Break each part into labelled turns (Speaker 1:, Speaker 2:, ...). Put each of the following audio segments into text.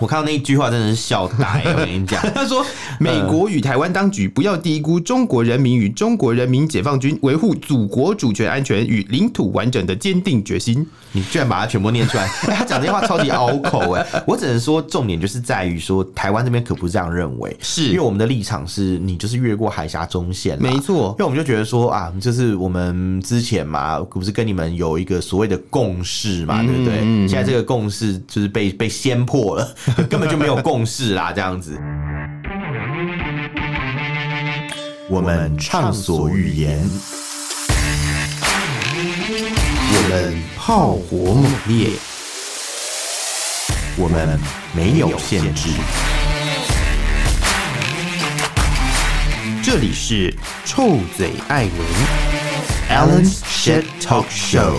Speaker 1: 我看到那一句话真的是笑呆，我跟你讲，
Speaker 2: 他说：“
Speaker 1: 嗯
Speaker 2: 美国与台湾当局不要低估中国人民与中国人民解放军维护祖国主权安全与领土完整的坚定决心。
Speaker 1: 你居然把它全部念出来， 哎他讲这些话超级拗口哎、我只能说，重点就是在于说，台湾这边可不是这样认为，
Speaker 2: 是
Speaker 1: 因为我们的立场是你就是越过海峡中线啦，
Speaker 2: 没错
Speaker 1: 因为我们就觉得说啊，就是我们之前嘛，不是跟你们有一个所谓的共识
Speaker 2: 嗯
Speaker 1: 嘛，对不对？现在这个共识就是被被掀破了， 根本就没有共识啦，这样子。我们畅所欲言，我们炮火猛烈，我们没有限制。”
Speaker 2: 这里是臭嘴艾文 Alan's Shit Talk Show。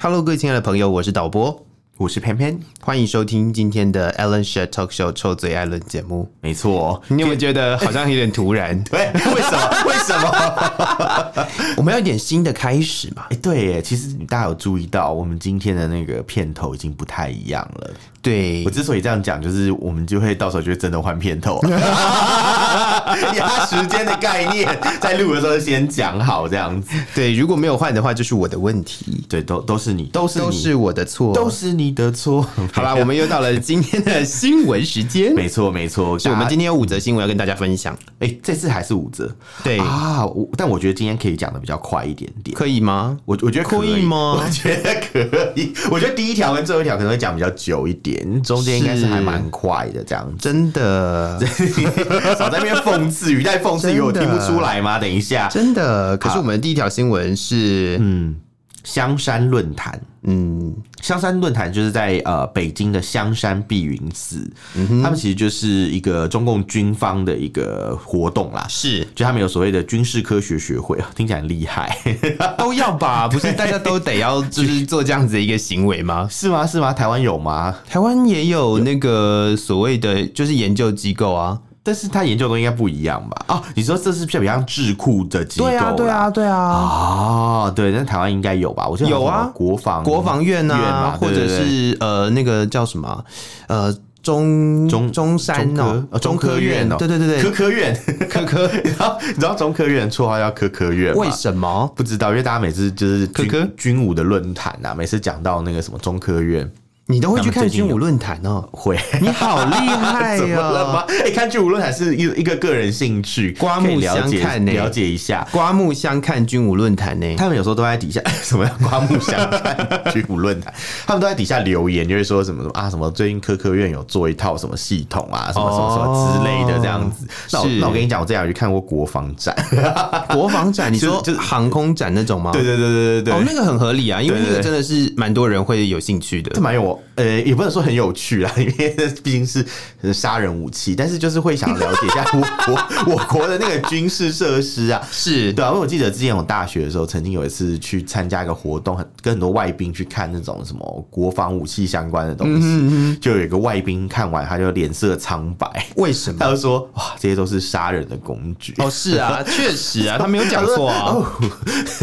Speaker 2: Hello，各位亲爱的朋友，我是导播，
Speaker 1: 我是偏偏，
Speaker 2: 欢迎收听今天的 Alan s h a t Talk Show 臭嘴艾伦节目。
Speaker 1: 没错。
Speaker 2: 你有没有觉得好像有点突 然？
Speaker 1: 对，为什么？为什么？
Speaker 2: 我们要有点新的开始嘛？
Speaker 1: 哎、对耶，其实大家有注意到，我们今天的那个片头已经不太一样了。
Speaker 2: 对
Speaker 1: 我，之所以这样讲，就是我们就会到时候就会真的换片 头，压时间的概念，在录的时候先讲好这样子。
Speaker 2: 对，如果没有换的话，就是我的问题，
Speaker 1: 对，都都是你，都是你，
Speaker 2: 都是我的错。
Speaker 1: 都是你的错。
Speaker 2: 好啦，我们又到了今天的新闻时间。
Speaker 1: 没错没错，
Speaker 2: 是我们
Speaker 1: 大家
Speaker 2: 今天有五则新闻要跟大家分享，
Speaker 1: 哎、这次还是五折。
Speaker 2: 对
Speaker 1: 啊，我但我觉得今天可以讲的比较快一点点。
Speaker 2: 可以吗？
Speaker 1: 我我觉得可
Speaker 2: 可以吗
Speaker 1: 我觉得可以。我觉得第一条跟最后一条可能会讲比较久一点，中间应该是还蛮快的这样 子。
Speaker 2: 真的，
Speaker 1: 少在那边讽刺，语带讽刺语，我听
Speaker 2: 真的
Speaker 1: 不出来吗？等一下，
Speaker 2: 真的。可是我们第一条新闻是，
Speaker 1: 嗯，香山论坛。
Speaker 2: 嗯，
Speaker 1: 香山论坛就是在呃北京的香山碧云寺，
Speaker 2: 嗯
Speaker 1: 他们其实就是一个中共军方的一个活动啦，
Speaker 2: 是
Speaker 1: 就他们有所谓的军事科学学会，哦听起来很厉害，
Speaker 2: 都要 吧？不是大家都得要就是做这样子的一个行为吗？
Speaker 1: 是吗？是吗？台湾有吗？
Speaker 2: 台湾也有那个所谓的就是研究机构啊，
Speaker 1: 但是他研究的东西应该不一样吧？哦，你说这是比较像智库的机构啦
Speaker 2: 对啊，对啊，对啊，
Speaker 1: 哦，对，但台湾应该有吧？我记得
Speaker 2: 有啊
Speaker 1: 好像国防
Speaker 2: 国防院
Speaker 1: 院嘛，
Speaker 2: 啊或
Speaker 1: 对
Speaker 2: 者
Speaker 1: 对对
Speaker 2: 是呃那个叫什么啊呃中
Speaker 1: 中
Speaker 2: 中山哦
Speaker 1: 呃，中科院哦，
Speaker 2: 对对对
Speaker 1: 科
Speaker 2: 对，
Speaker 1: 科院，科科，你知道 你知道中科院绰号叫科科院吗
Speaker 2: 为什么？
Speaker 1: 不知道，因为大家每次就是
Speaker 2: 科
Speaker 1: 军
Speaker 2: 科
Speaker 1: 军武的论坛啊，每次讲到那个什么中科院，
Speaker 2: 你都会去
Speaker 1: 他
Speaker 2: 看
Speaker 1: 们最近
Speaker 2: 军
Speaker 1: 有
Speaker 2: 武论坛哦？
Speaker 1: 会
Speaker 2: 你好厉 害
Speaker 1: 怎么了
Speaker 2: 呀、
Speaker 1: 吗？哎、看军武论坛是一一个个人兴趣，
Speaker 2: 刮目
Speaker 1: 可以了解
Speaker 2: 相看呢
Speaker 1: 了解一下。
Speaker 2: 刮目相看军武论坛呢？
Speaker 1: 他们有时候都在底下 什么刮目相看军武论坛，他们都在底下留言，就会说什么什么啊，什么最近科科院有做一套什么系统啊，什么什么什么之类的这样子。那我
Speaker 2: 是
Speaker 1: 那我跟你讲，我这两天去看过国防展，
Speaker 2: 国防展，你说
Speaker 1: 就是
Speaker 2: 航空展那种吗？
Speaker 1: 对对对对对
Speaker 2: 哦，
Speaker 1: 对。
Speaker 2: 那个很合理啊，因为
Speaker 1: 对
Speaker 2: 那
Speaker 1: 对对
Speaker 2: 个真的是蛮多人会有兴趣的
Speaker 1: 这。蛮有，呃，也不能说很有趣啦，因 为毕竟是呃杀人武器，但是就是会想了解一下我国我国的那个军事设施啊，
Speaker 2: 是
Speaker 1: 对啊，因为我记得之前我大学的时候，曾经有一次去参加一个活动，很跟很多外宾去看那种什么国防武器相关的东
Speaker 2: 嗯
Speaker 1: 西，就有一个外宾看完，他就脸色苍白，
Speaker 2: 为什 么？
Speaker 1: 他就说：“哇，这些都是杀人的工具。”
Speaker 2: 哦，是 啊，确实啊，他没有讲错 啊。
Speaker 1: 哦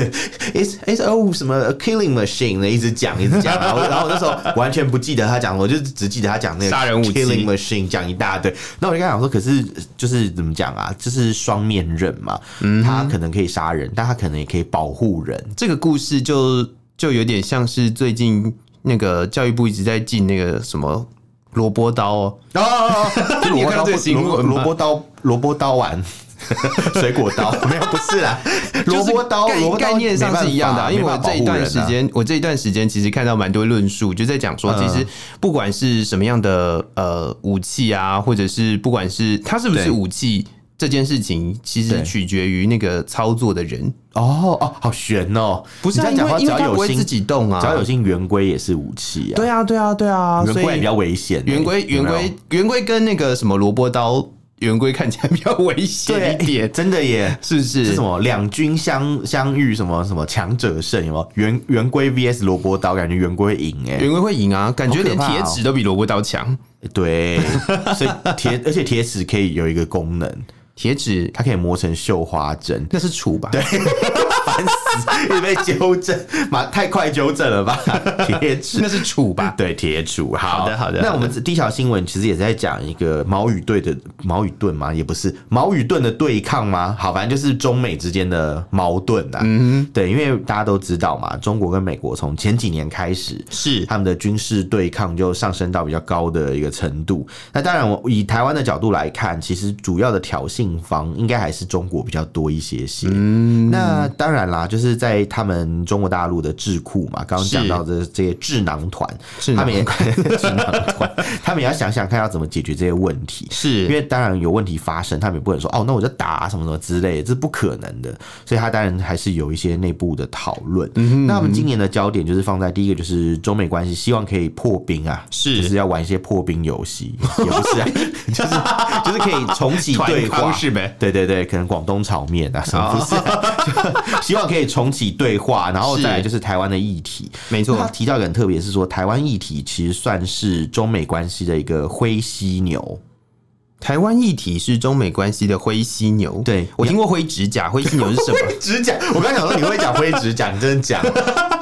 Speaker 1: ，it's it's oh 什么 a killing machine 的，一直讲一直讲，然后然后我那时候完全不记得他讲什么，我就只记得他讲那个
Speaker 2: 杀人武器
Speaker 1: killing machine 讲一大堆。那我就跟他讲说，可是就是怎么讲啊，就是双面刃嘛，
Speaker 2: 嗯
Speaker 1: 他可能可以杀人，但他可能也可以保护人。
Speaker 2: 这个故事就就有点像是最近那个教育部一直在进那个什么萝卜刀哦，
Speaker 1: 哦哦， 哦
Speaker 2: 你有看到这个新闻
Speaker 1: 萝卜萝
Speaker 2: 吗
Speaker 1: 卜刀萝卜刀丸。 水果 刀没有不是啦，萝卜刀
Speaker 2: 就是
Speaker 1: 萝卜
Speaker 2: 概
Speaker 1: 刀
Speaker 2: 概念上是一样的啊、因为
Speaker 1: 没
Speaker 2: 我
Speaker 1: 办法
Speaker 2: 这一段时
Speaker 1: 保护人啊
Speaker 2: 间，我这一段时间其实看到蛮多论述，就在讲说，
Speaker 1: 嗯
Speaker 2: 其实不管是什么样的呃武器啊，或者是不管是它是不是
Speaker 1: 对
Speaker 2: 武器。这件事情其实
Speaker 1: 对
Speaker 2: 取决于那个操作的人，
Speaker 1: 哦哦，好悬哦！
Speaker 2: 不是、啊、
Speaker 1: 你这样讲话只
Speaker 2: 因为因为
Speaker 1: 要
Speaker 2: 他不
Speaker 1: 有
Speaker 2: 会
Speaker 1: 心
Speaker 2: 自己动啊，
Speaker 1: 只要有性圆规也是武器啊，
Speaker 2: 对啊对啊对啊，
Speaker 1: 圆
Speaker 2: 所以
Speaker 1: 规也比较危险欸，
Speaker 2: 圆规
Speaker 1: 有
Speaker 2: 圆
Speaker 1: 没有
Speaker 2: 规圆规跟那个什么萝卜刀圆规看起来比较危
Speaker 1: 对欸
Speaker 2: 险一点，
Speaker 1: 真的耶。
Speaker 2: 是不
Speaker 1: 是
Speaker 2: 是？
Speaker 1: 什么两军相相遇什么什么强者胜有没有圆圆规 VS 萝卜刀感觉圆规赢哎、
Speaker 2: 圆规会赢啊，感觉
Speaker 1: 好可
Speaker 2: 连
Speaker 1: 怕
Speaker 2: 铁
Speaker 1: 哦
Speaker 2: 尺都比萝卜刀强。
Speaker 1: 对，所以铁而且铁齿可以有一个功能，
Speaker 2: 铁纸，
Speaker 1: 它可以磨成绣花针
Speaker 2: 那是杵吧？对，
Speaker 1: 烦死！一直被纠正，妈太快纠正了吧？ 铁齿
Speaker 2: 那是 杵吧？
Speaker 1: 对，铁杵。
Speaker 2: 好的好的
Speaker 1: 那
Speaker 2: 好
Speaker 1: 我们第一条新闻其实也在讲一个矛与盾的矛与盾嘛，也不是矛与盾的对抗吗？好，反正就是中美之间的矛盾啊。嗯，对，因为大家都知道嘛，中国跟美国从前几年开始。
Speaker 2: 是
Speaker 1: 他们的军事对抗就上升到比较高的一个程度。那当然，我以台湾的角度来看，其实主要的挑衅方应该还是中国比较多一些些。嗯，那当然啦，就是在他们中国大陆的智库嘛，刚刚讲
Speaker 2: 是
Speaker 1: 到的这些智囊团，
Speaker 2: 智
Speaker 1: 他
Speaker 2: 囊
Speaker 1: 们也 智囊团，他们也要想想看要怎么解决这些问题。因
Speaker 2: 是，
Speaker 1: 为当然有问题发生，他们也不能说哦，那我就打啊、什么什么之类的，这是不可能的。所以他当然还是有一些内部的讨论。
Speaker 2: 嗯
Speaker 1: 那我们今年的焦点就是放在第一个，就是中美关系，希望可以破冰啊，
Speaker 2: 是
Speaker 1: 就是要玩一些破冰游戏，也不是、 啊，就是就是可以重启对
Speaker 2: 团
Speaker 1: 话
Speaker 2: 康哦是呗
Speaker 1: 对对对，可能广东炒面啊什么不是啊、 就希望可以重启对话，然后
Speaker 2: 是
Speaker 1: 再来就是台湾的议题。
Speaker 2: 没
Speaker 1: 那他
Speaker 2: 错，
Speaker 1: 提到一个很特别，是说台湾议题其实算是中美关系的一个灰犀牛。
Speaker 2: 台湾议题是中美关系的灰犀牛。
Speaker 1: 对
Speaker 2: 我听过灰指甲，灰犀牛是什么？
Speaker 1: 指甲，我刚想说你会 讲 灰指甲，你真的讲。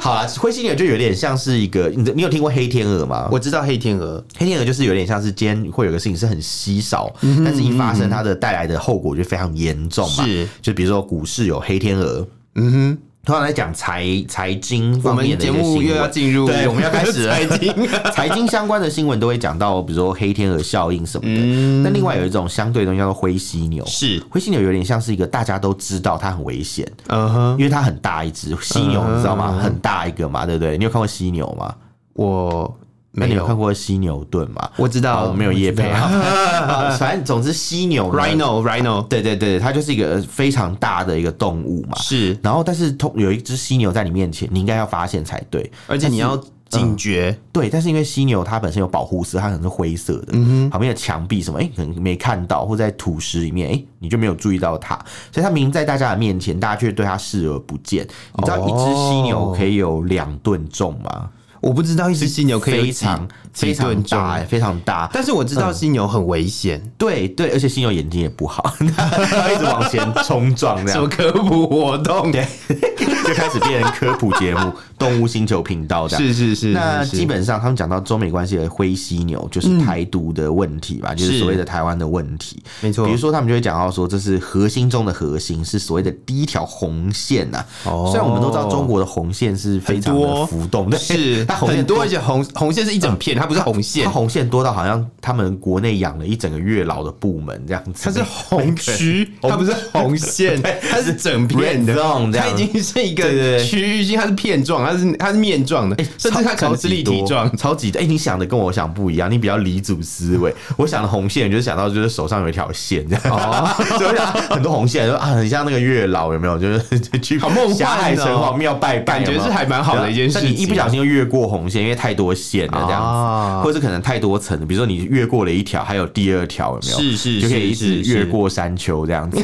Speaker 1: 好啦，灰犀牛就有点像是一个，你你有听过黑天鹅吗？
Speaker 2: 我知道黑天鹅，
Speaker 1: 黑天鹅就是有点像是今天会有个事情是很稀少，但是一发生它的带来的后果就非常严重嘛。
Speaker 2: 嗯是，
Speaker 1: 就比如说股市有黑天鹅，
Speaker 2: 嗯哼，
Speaker 1: 通常来讲财财经
Speaker 2: 我
Speaker 1: 方面
Speaker 2: 们
Speaker 1: 的一
Speaker 2: 节
Speaker 1: 些新
Speaker 2: 目又要
Speaker 1: 闻。
Speaker 2: 进入，
Speaker 1: 对我们要开始了
Speaker 2: 财经
Speaker 1: 财经相关的新闻都会讲到，比如说黑天鹅效应什么的。
Speaker 2: 嗯
Speaker 1: 那、另外有一种相对的东西叫做灰犀牛，
Speaker 2: 是，
Speaker 1: 灰犀牛有点像是一个大家都知道它很危险，
Speaker 2: 嗯哼，
Speaker 1: 因为它很大一只犀牛，
Speaker 2: 嗯
Speaker 1: 你知道吗？很大一个嘛，对不对？你有看过犀牛吗？
Speaker 2: 我
Speaker 1: 那
Speaker 2: 没
Speaker 1: 哎你有
Speaker 2: 有，
Speaker 1: 看过犀牛盾吗？
Speaker 2: 我知
Speaker 1: 好
Speaker 2: 道，
Speaker 1: 我没有
Speaker 2: 我知
Speaker 1: 夜配
Speaker 2: 道
Speaker 1: 啊。啊反正总之犀牛呢
Speaker 2: Rhino Rhino
Speaker 1: 对对对，它就是一个非常大的一个动物嘛。
Speaker 2: 是，
Speaker 1: 然后，但是通有一只犀牛在你面前，你应该要发现才对。
Speaker 2: 而且你要警觉，
Speaker 1: 对，但是因为犀牛它本身有保护色，它可能是灰色的，
Speaker 2: 嗯
Speaker 1: 旁边的墙壁什么，哎、可能没看到，或在土石里面，哎、你就没有注意到它，所以它明明在大家的面前，大家却对它视而不见。你知道
Speaker 2: 哦
Speaker 1: 一只犀牛可以有两吨重吗？
Speaker 2: 我不知道一只犀牛可以有
Speaker 1: 非
Speaker 2: 几
Speaker 1: 常嗯
Speaker 2: 几
Speaker 1: 非常
Speaker 2: 吨重
Speaker 1: 大、，哎非常大。
Speaker 2: 但是我知道犀牛很危险，
Speaker 1: 对对，而且犀牛眼睛也不好， 它一直往前冲撞，这
Speaker 2: 什
Speaker 1: 样
Speaker 2: 么科普活 动？
Speaker 1: 就开始变成科普节目，动物星球频道这样。
Speaker 2: 是是是，
Speaker 1: 那
Speaker 2: 是是
Speaker 1: 基本上他们讲到中美关系的灰犀牛，就是台独的问题吧，就是
Speaker 2: 是
Speaker 1: 所谓的台湾的问题。
Speaker 2: 没错，
Speaker 1: 比如说，他们就会讲到说，这是核心中的核心，是所谓的第一条红线呐、
Speaker 2: 哦
Speaker 1: 虽然我们都知道中国的红线是非常
Speaker 2: 很多
Speaker 1: 的浮动，但
Speaker 2: 是
Speaker 1: 它红线
Speaker 2: 很多，而且红红线是一整片，它不是红
Speaker 1: 它
Speaker 2: 线，
Speaker 1: 红线多到好像他们国内养了一整个月老的部门这样子。
Speaker 2: 它是红 区，
Speaker 1: 红
Speaker 2: 它不是红线，它是整 片
Speaker 1: Red
Speaker 2: 的
Speaker 1: zone 这样
Speaker 2: 它已经是一
Speaker 1: 对对
Speaker 2: 个
Speaker 1: 对
Speaker 2: 区域性，它是片状，它是它是面状的，甚至它可能是立体状。
Speaker 1: 超级多。哎、你想的跟我想不一样，你比较理主思 维。我想的红线就是想到就是手上有一条线这样，
Speaker 2: 哦
Speaker 1: 所以我想很多红线，就啊，很像那个月老有没有？就是去
Speaker 2: 好梦幻哦
Speaker 1: 霞海城隍庙拜拜，
Speaker 2: 感觉
Speaker 1: 有没有
Speaker 2: 是还蛮好的一件事情
Speaker 1: 但你一不小心就越过红线，因为太多线了这样子，
Speaker 2: 啊
Speaker 1: 或者是可能太多层了，比如说你越过了一条，还有第二条有没有？
Speaker 2: 是是
Speaker 1: 就可以一
Speaker 2: 是
Speaker 1: 直
Speaker 2: 是
Speaker 1: 越过山丘这样子。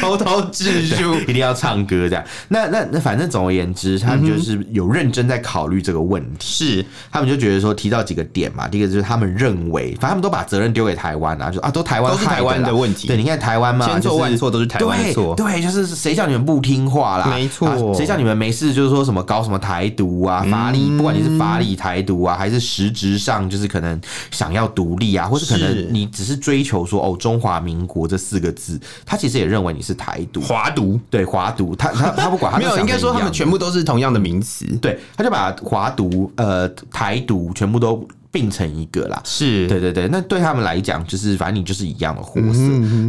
Speaker 2: 偷偷致
Speaker 1: 就
Speaker 2: 书。
Speaker 1: 一定要唱歌这样。那那那，反正总而言之，他们就是有认真在考虑这个问题。
Speaker 2: 嗯是
Speaker 1: 他们就觉得说，提到几个点嘛，第一个就是他们认为，反正他们都把责任丢给台湾啊，就啊，都台湾
Speaker 2: 都是台湾
Speaker 1: 害啦
Speaker 2: 的问题
Speaker 1: 对，你看台湾嘛，
Speaker 2: 千错
Speaker 1: 就是
Speaker 2: 万错都是台湾的错
Speaker 1: 对对，就是谁叫你们不听话啦？
Speaker 2: 没错嗯
Speaker 1: 啊谁、叫你们没事就是说什么搞什么台独啊、法理，不管你是法理台独啊，还是实质上就是可能想要独立啊，或是可
Speaker 2: 是
Speaker 1: 能你只是追求说哦中华民国这四个字，他其实也认为你是台独。
Speaker 2: 华独，
Speaker 1: 对华独，他他他不管，他
Speaker 2: 没有，应该说他们
Speaker 1: 全。
Speaker 2: 全部都是同样的名词。
Speaker 1: 对，他就把华独、呃台独全部都并成一个啦。
Speaker 2: 是，
Speaker 1: 对对对，那对他们来讲，就是反正你就是一样的
Speaker 2: 嗯
Speaker 1: 货色。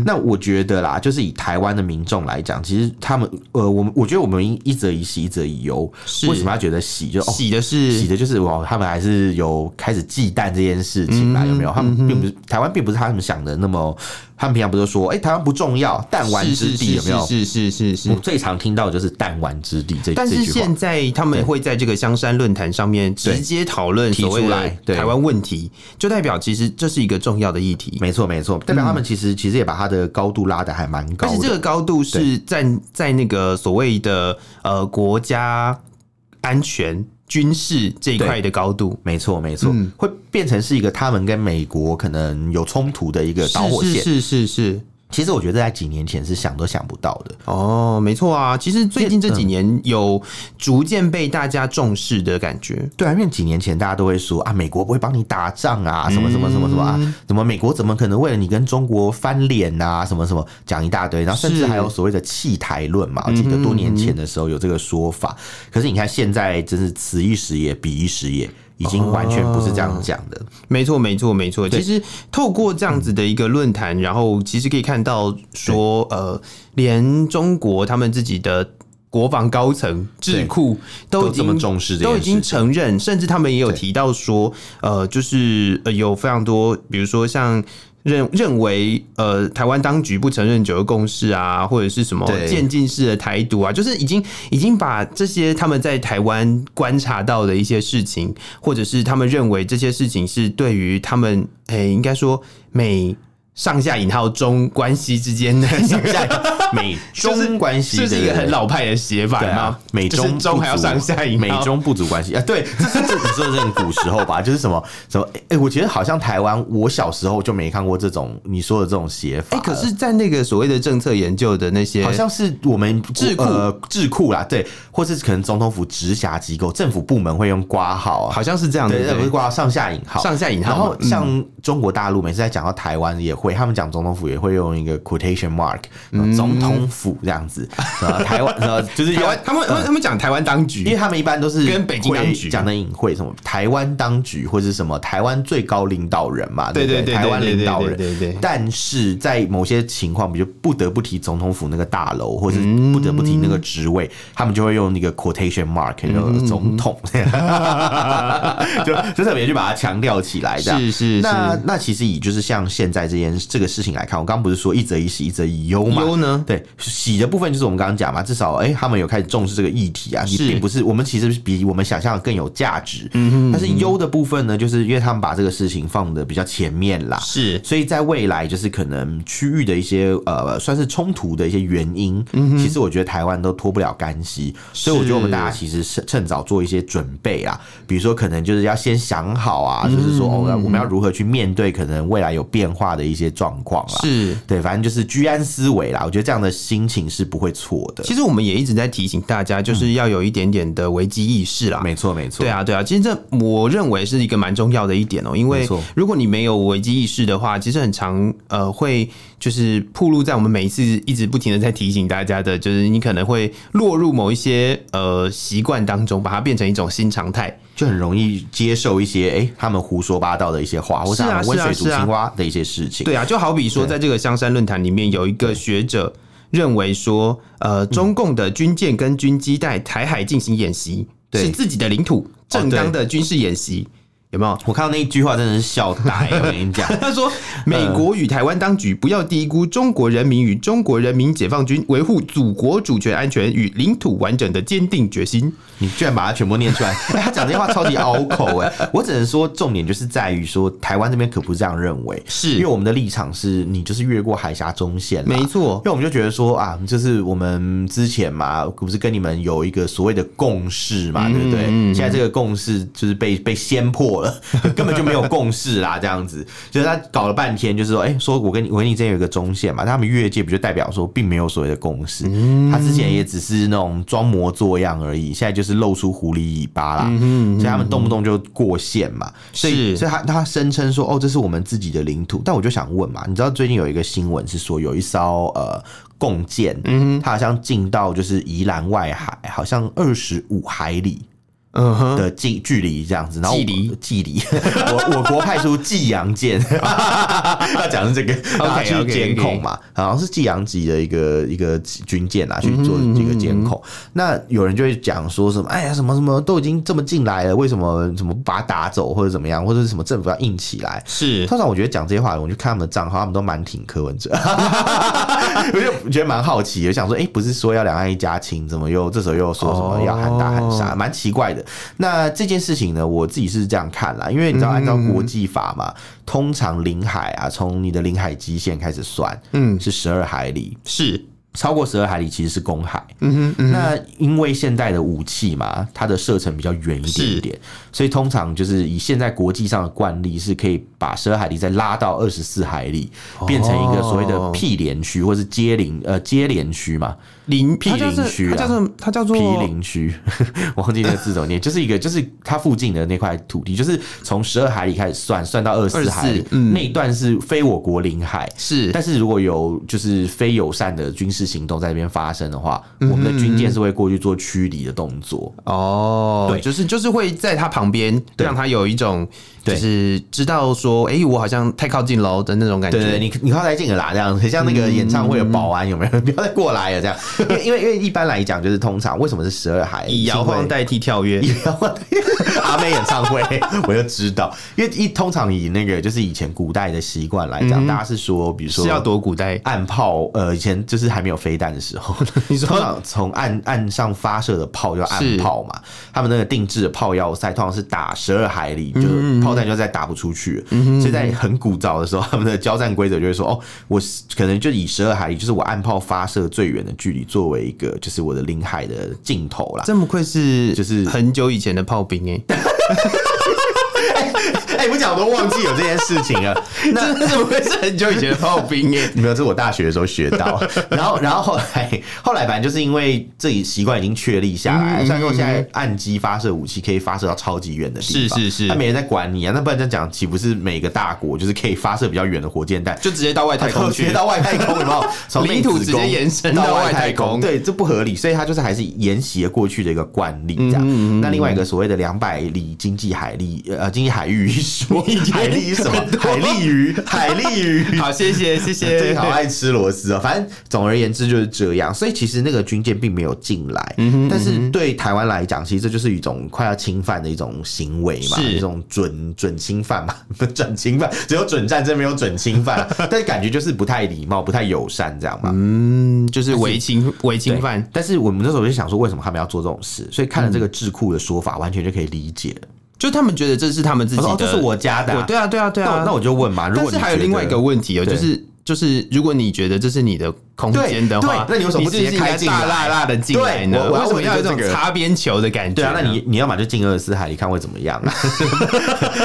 Speaker 1: 那我觉得啦，就是以台湾的民众来讲，其实他们呃，我们我觉得我们一则以喜，一则以忧。
Speaker 2: 是
Speaker 1: 为什么要觉得喜就哦
Speaker 2: 洗的是
Speaker 1: 喜的就是哇，他们还是有开始忌惮这件事情
Speaker 2: 嗯
Speaker 1: 啦，有没有？他们并不是台湾，并不是他们想的那么，他们平常不是说，哎、台湾不重要，弹丸
Speaker 2: 是
Speaker 1: 之地有没有？
Speaker 2: 是是是是是
Speaker 1: 我
Speaker 2: 是。
Speaker 1: 最常听到的就是弹丸之地这
Speaker 2: 但
Speaker 1: 这
Speaker 2: 是
Speaker 1: 句话
Speaker 2: 现。在他们会在这个香山论坛上面直接讨论所谓
Speaker 1: 提出来
Speaker 2: 的
Speaker 1: 对
Speaker 2: 台湾问题，就代表其实这是一个重要的议题，
Speaker 1: 没错，没错，代表他们其实、其实也把它的高度拉的还蛮高
Speaker 2: 嗯而
Speaker 1: 的。
Speaker 2: 且这个高度是在在那个所谓的呃国家安全军事这一块的高度。
Speaker 1: 没错，没错，
Speaker 2: 嗯
Speaker 1: 会变成是一个他们跟美国可能有冲突的一个导火线。
Speaker 2: 是是是是是，
Speaker 1: 其实我觉得在几年前是想都想不到的。
Speaker 2: 哦，没错啊，其实最近这几年有逐渐被大家重视的感觉。
Speaker 1: 对啊，因为几年前大家都会说啊，美国不会帮你打仗啊，什么什么什么什么
Speaker 2: 嗯
Speaker 1: 啊，怎么美国怎么可能为了你跟中国翻脸啊，什么什么讲一大堆，然后甚至
Speaker 2: 是嗯
Speaker 1: 还有所谓的弃台论嘛，我记得多年前的时候有这个说法。可是你看现在真是此一时也彼一时也，已经完全不是这样讲的。
Speaker 2: 没错，没错，没错。其实透过这样子的一个论坛，然后其实可以看到说，呃，连中国他们自己的国防高层智库都已
Speaker 1: 这
Speaker 2: 经
Speaker 1: 么重视这件
Speaker 2: 都
Speaker 1: 事
Speaker 2: 已经承认，甚至他们也有提到说，呃，就是呃有非常多，比如说像。认认为呃，台湾当局不承认九二共识啊，或者是什么
Speaker 1: 对
Speaker 2: 渐进式的台独啊，就是已经已经把这些他们在台湾观察到的一些事情，或者是他们认为这些事情是对于他们诶、应该说美上下引号中关系之间 的上下引号
Speaker 1: 美
Speaker 2: 就是
Speaker 1: 中关系
Speaker 2: 这是一个
Speaker 1: 对对
Speaker 2: 很
Speaker 1: 对
Speaker 2: 老派的写法
Speaker 1: 对
Speaker 2: 吗
Speaker 1: 啊？，美
Speaker 2: 就是
Speaker 1: 中
Speaker 2: 中还要
Speaker 1: 不足
Speaker 2: 上下引号，
Speaker 1: 美中不足关系啊，对，这是这你说的这种古时候吧，就是什么什么，哎、我觉得好像台湾，我小时候就没看过这种你说的这种写法
Speaker 2: 哎、
Speaker 1: 了、
Speaker 2: 可是，在那个所谓的政策研究的那些，
Speaker 1: 好像是我们
Speaker 2: 智库
Speaker 1: 呃智库啦，对，或是可能总统府直辖机构、政府部门会用挂号啊，
Speaker 2: 好像是这样的，
Speaker 1: 对，
Speaker 2: 对
Speaker 1: 不是挂号上下引号，
Speaker 2: 上下引号
Speaker 1: 然后
Speaker 2: 嘛嗯
Speaker 1: 像中国大陆每次在讲到台湾也会，他们讲总统府也会用一个 quotation mark，总统府这样子，然后台湾呃就是
Speaker 2: 嗯台湾，他嗯们他们他们讲台湾当
Speaker 1: 因
Speaker 2: 局
Speaker 1: 为，他们一般都是
Speaker 2: 跟北京当局
Speaker 1: 会讲的隐晦，什么台湾当局或是什么台湾最高领导人嘛，
Speaker 2: 对
Speaker 1: 不
Speaker 2: 对
Speaker 1: 对
Speaker 2: 对，
Speaker 1: 台湾领导
Speaker 2: 对
Speaker 1: 人。
Speaker 2: 对对对
Speaker 1: 但是在某些情况，比如不得不提总统府那个大楼，或是
Speaker 2: 嗯
Speaker 1: 不得不提那个职位，他们就会用那个 quotation mark，就是
Speaker 2: 嗯
Speaker 1: 总 统， 就就特别去把它强调起来。这样
Speaker 2: 是是
Speaker 1: 那
Speaker 2: 是。
Speaker 1: 那其实以就是像现在这件这个事情来看，我刚刚不是说一则以喜，一则以忧嘛？
Speaker 2: 忧呢？
Speaker 1: 对，喜的部分就是我们刚刚讲嘛，至少哎、他们有开始重视这个议题啊，也
Speaker 2: 是
Speaker 1: 并不是我们其实比我们想象的更有价值。但是忧的部分呢，就是因为他们把这个事情放的比较前面啦。
Speaker 2: 是
Speaker 1: 所以在未来，就是可能区域的一些呃，算是冲突的一些原因，其实我觉得台湾都脱不了干系，所以我觉得我们大家其实是趁早做一些准备啦。比如说，可能就是要先想好啊，就是说哦，那我们要如何去面对可能未来有变化的一些状况啊啦。
Speaker 2: 是。
Speaker 1: 对，反正就是居安思危啦。我觉得这样的心情是不会错的。
Speaker 2: 其实我们也一直在提醒大家，就是要有一点点的危机意识啦。
Speaker 1: 没错，没错，
Speaker 2: 对啊，对啊，其实这我认为是一个蛮重要的一点哦、因为
Speaker 1: 没错
Speaker 2: 如果你没有危机意识的话，其实很常呃会就是暴露在我们每一次一直不停的在提醒大家的，就是你可能会落入某一些呃习惯当中，把它变成一种新常态。
Speaker 1: 就很容易接受一些哎、诶他们胡说八道的一些话，或
Speaker 2: 是啊
Speaker 1: 他们温
Speaker 2: 是啊
Speaker 1: 水煮
Speaker 2: 是啊
Speaker 1: 青蛙的一些事情。
Speaker 2: 对啊，就好比说，在这个香山论坛里面，有一个学者认为说，呃，中共的军舰跟军机在台海进行演习，
Speaker 1: 对哦
Speaker 2: 是自己的领土正当的军事演习，有没有？
Speaker 1: 我看到那一句话真的是笑呆，我跟你 讲。
Speaker 2: 他说：“美国与台湾当局不要低估中国人民与中国人民解放军维护祖国主权安全与领土完整的坚定决心。
Speaker 1: 你居然把它全部念出来，哎他讲这些话超级拗口哎、我只能说，重点就是在于说，台湾这边可不是这样认为，
Speaker 2: 是
Speaker 1: 因为我们的立场是你就是越过海峡中线”啦，
Speaker 2: 没错
Speaker 1: 因，为我们就觉得说啊，就是我们之前嘛，不是跟你们有一个所谓的共识嘛，对不对？现在这个共识就是被被掀破了， 根本就没有共识啦，这样子。就是他搞了半天，就是说，哎、说我跟你我跟你之间有一个中线嘛，但他们越界不就代表说并没有所谓的共识？他之前也只是那种装模作样而已，现在就是露出狐狸尾巴啦，
Speaker 2: 嗯
Speaker 1: 所以他们动不动就过线嘛，所以
Speaker 2: 是
Speaker 1: 所以他他声称说，哦，这是我们自己的领土。但我就想问嘛，你知道最近有一个新闻是说有一艘呃共舰，嗯，它好像进到就是宜兰外海，好像二十五海里。
Speaker 2: 嗯哼，
Speaker 1: 的距距离这样子，然后我
Speaker 2: 距离
Speaker 1: 距离， 我我国派出济阳舰， 要讲的是这个，然后
Speaker 2: OK，OK，OK
Speaker 1: 去监控嘛，好像是济阳级的一个一个军舰
Speaker 2: 嗯
Speaker 1: 啊，去做这个监控。那有人就会讲说什么，哎呀，什么什么都已经这么进来了，为什么怎么不把它打走，或者怎么样，或者是什么政府要硬起来？
Speaker 2: 是
Speaker 1: 通常我觉得讲这些话，我就看他们的账号，他们都蛮挺柯文哲， 我就觉得蛮好奇，我想说，哎、不是说要两岸一家亲，怎么又这时候又说什么要喊打喊杀，蛮、奇怪的。那这件事情呢，我自己是这样看啦，因为你知道，按照国际法嘛，通常领海啊，从你的领海基线开始算，
Speaker 2: 嗯
Speaker 1: 是十二海里，
Speaker 2: 是
Speaker 1: 超过十二海里其实是公海。嗯哼，那因为现代的武器嘛，它的射程比较远一点点，所以通常就是以现在国际上的惯例，是可以把十二海里再拉到二十四海里，变成一个所谓的屁连区或是接邻呃接连区嘛。
Speaker 2: 邻
Speaker 1: 毗邻区啊
Speaker 2: 它叫做它叫做
Speaker 1: 毗邻区， 我忘记那个字怎么念，就是一个就是它附近的那块土地，就是从十二海里开始算，算到二十四海里
Speaker 2: 24，嗯
Speaker 1: 那一段是非我国领海。
Speaker 2: 是
Speaker 1: 但是如果有就是非友善的军事行动在那边发生的话，我们的军舰是会过去做驱离的动作。
Speaker 2: 哦，
Speaker 1: 对
Speaker 2: 就是就是会在他旁边，
Speaker 1: 对
Speaker 2: 让他有一种就
Speaker 1: 对
Speaker 2: 是知道说，哎、我好像太靠近哦楼的那种感觉。嗯
Speaker 1: 对对，对你你靠太近了啦，这样很像那个演唱会的保安有没有？不 要再过来了，这样，因为因为因为一般来讲，就是通常为什么是十二海？
Speaker 2: 以摇
Speaker 1: 是因
Speaker 2: 晃
Speaker 1: 为
Speaker 2: 代替跳跃，
Speaker 1: 然后阿妹演唱会， 我就知道，因为一通常以那个就是以前古代的习惯来讲，大家是说，比如说
Speaker 2: 嗯是要躲古代。
Speaker 1: 岸炮，呃，以前就是还没有飞弹的时候，
Speaker 2: 你说
Speaker 1: 通常从岸岸上发射的炮叫岸炮嘛，他们那个定制的炮要塞通常是打十二海里，
Speaker 2: 嗯
Speaker 1: 就是炮弹就再打不出去了，所以在很古早的时候，他们的交战规则就会说，哦，我是可能就以十二海里，就是我岸炮发射最远的距离作为一个就是我的领海的尽头啦。
Speaker 2: 这么愧是
Speaker 1: 就是
Speaker 2: 很久以前的炮兵哎、
Speaker 1: 哎、不讲我都忘记有这件事情 了。那
Speaker 2: 这怎么会是很久以前的炮兵哎、
Speaker 1: 没有，这是我大学的时候学到。然后，然后后来，后来反正就是因为这里习惯已经确立下
Speaker 2: 嗯
Speaker 1: 来，虽然说现在岸基发射武器可以发射到超级远的地方，
Speaker 2: 是是是
Speaker 1: 那没人在管你啊。那不然这样讲，岂不是每个大国就是可以发射比较远的火箭弹？
Speaker 2: 就直接到外太空
Speaker 1: 直接
Speaker 2: 去。
Speaker 1: 到外太空，有没有？从内
Speaker 2: 领土
Speaker 1: 子
Speaker 2: 直接
Speaker 1: 宫
Speaker 2: 延伸
Speaker 1: 到
Speaker 2: 到
Speaker 1: 外
Speaker 2: 外
Speaker 1: 太
Speaker 2: 太空
Speaker 1: 对，这不合理，所以它就是还是沿袭了过去的一个惯例这
Speaker 2: 嗯
Speaker 1: 样。那另外一个所谓的两百里经济海力呃经济海域一说，海力是什么？海力鱼，海力鱼。
Speaker 2: 好，谢谢谢
Speaker 1: 最近
Speaker 2: 谢
Speaker 1: 好。啊爱吃螺丝哦，反正总而言之就是这样。所以其实那个军舰并没有进来，
Speaker 2: 嗯
Speaker 1: 但是对台湾来讲，其实这就是一种快要侵犯的一种行为嘛，
Speaker 2: 是
Speaker 1: 一种准准侵犯嘛， 准侵犯只有准战争没有准侵 犯，但是感觉就是不太礼貌、不太友善这样嘛。
Speaker 2: 嗯，就是违侵违侵犯，
Speaker 1: 但是我们那时候就想说，为什么他们要做这种事？所以看了这个智库的说法，完全就可以理解了。
Speaker 2: 就他们觉得这是他嗯们自己
Speaker 1: 我说
Speaker 2: 的，
Speaker 1: 哦，这是我家的啊、
Speaker 2: 我对啊对啊对
Speaker 1: 那
Speaker 2: 啊
Speaker 1: 我。那我就问嘛，如
Speaker 2: 但
Speaker 1: 果
Speaker 2: 是
Speaker 1: 你
Speaker 2: 还有
Speaker 1: 觉
Speaker 2: 另外一
Speaker 1: 得
Speaker 2: 个问题哦，就是就是，如果你觉得这是你的空间的
Speaker 1: 对对
Speaker 2: 话，
Speaker 1: 那你为什么不
Speaker 2: 是
Speaker 1: 直接开
Speaker 2: 应该
Speaker 1: 进来
Speaker 2: 大辣辣的进来呢？
Speaker 1: 对我我要
Speaker 2: 为什么要有这
Speaker 1: 问你就这
Speaker 2: 种
Speaker 1: 个
Speaker 2: 擦边球的感觉
Speaker 1: 对
Speaker 2: 呢？
Speaker 1: 啊，那你你要么就进二十四海里看会怎么样啊？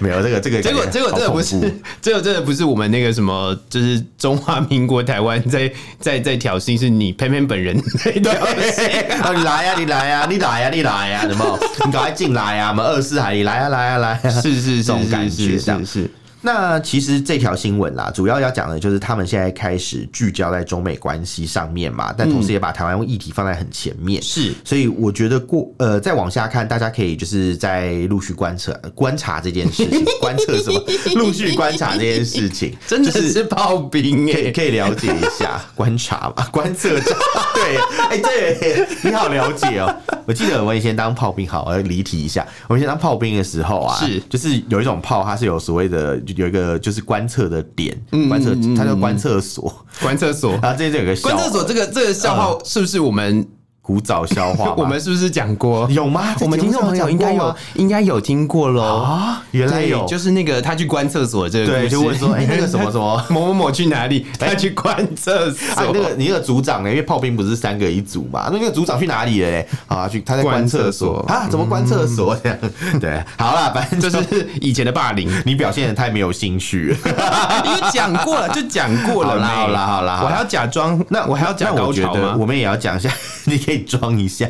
Speaker 1: 没有这个这个
Speaker 2: 结
Speaker 1: 感觉
Speaker 2: 果结果
Speaker 1: 好
Speaker 2: 这个 不是
Speaker 1: 恐怖，
Speaker 2: 结果这个不是我们那个什么，就是中华民国台湾在在在挑衅，是你偏偏本人在挑衅。
Speaker 1: 啊！你来呀、你来呀、你来呀、啊你来呀、什么？你赶快进来啊呀、我们二十四海里来呀、来呀、啊来呀、
Speaker 2: 是是是
Speaker 1: 这种感
Speaker 2: 是
Speaker 1: 觉
Speaker 2: 是
Speaker 1: 这样
Speaker 2: 是是，
Speaker 1: 那其实这条新闻啊啦，主要要讲的就是他们现在开始聚焦在中美关系上面嘛，但同时也把台湾议题放在很前面。
Speaker 2: 是
Speaker 1: 所以我觉得过呃，再往下看，大家可以就是在陆续观测观察这件事情，观测什么？陆续观察这件事情，
Speaker 2: 真的
Speaker 1: 就是
Speaker 2: 炮兵
Speaker 1: 可 以
Speaker 2: 哎、
Speaker 1: 可以了解一 下观察嘛， 观测站。对，哎、对，你好了解哦。我记得我以前当炮兵，好，我要离题一下。我以前当炮兵的时候啊，
Speaker 2: 是
Speaker 1: 就是有一种炮，它是有所谓的，就有一个就是观测的点，
Speaker 2: 嗯
Speaker 1: 观测它叫观测所。
Speaker 2: 关厕所，
Speaker 1: 然后这边就有个笑
Speaker 2: 关厕所这个这个笑话是不是我们、
Speaker 1: 古早笑话嘛，
Speaker 2: 我们是不是讲过？
Speaker 1: 有吗？
Speaker 2: 我们听众朋友应该有应该有听过喽
Speaker 1: 啊原来
Speaker 2: 对
Speaker 1: 有
Speaker 2: 就是那个他去关厕所这个故
Speaker 1: 对，
Speaker 2: 事，
Speaker 1: 就问说，哎、那个什么什么。
Speaker 2: 某某某去哪里？他去关厕
Speaker 1: 啊，
Speaker 2: 所
Speaker 1: 那，个你那个组长呢？因为炮兵不是三个一组嘛？那那个组长去哪里了嘞？啊，去他在
Speaker 2: 关
Speaker 1: 关厕
Speaker 2: 厕
Speaker 1: 所
Speaker 2: 所
Speaker 1: 啊？怎么关厕所这样？ 对，好啦，反正
Speaker 2: 就
Speaker 1: 就是
Speaker 2: 是以前的霸凌。
Speaker 1: 你表现的太没有兴 趣了。
Speaker 2: 因为讲过了就讲过了
Speaker 1: 好
Speaker 2: 嘛，
Speaker 1: 啦好啦好啦好啦
Speaker 2: 我还要假装，那我还要假
Speaker 1: 那
Speaker 2: 高
Speaker 1: 我觉
Speaker 2: 潮
Speaker 1: 得
Speaker 2: 吗？
Speaker 1: 我们也要讲一下， 你可以装一 下，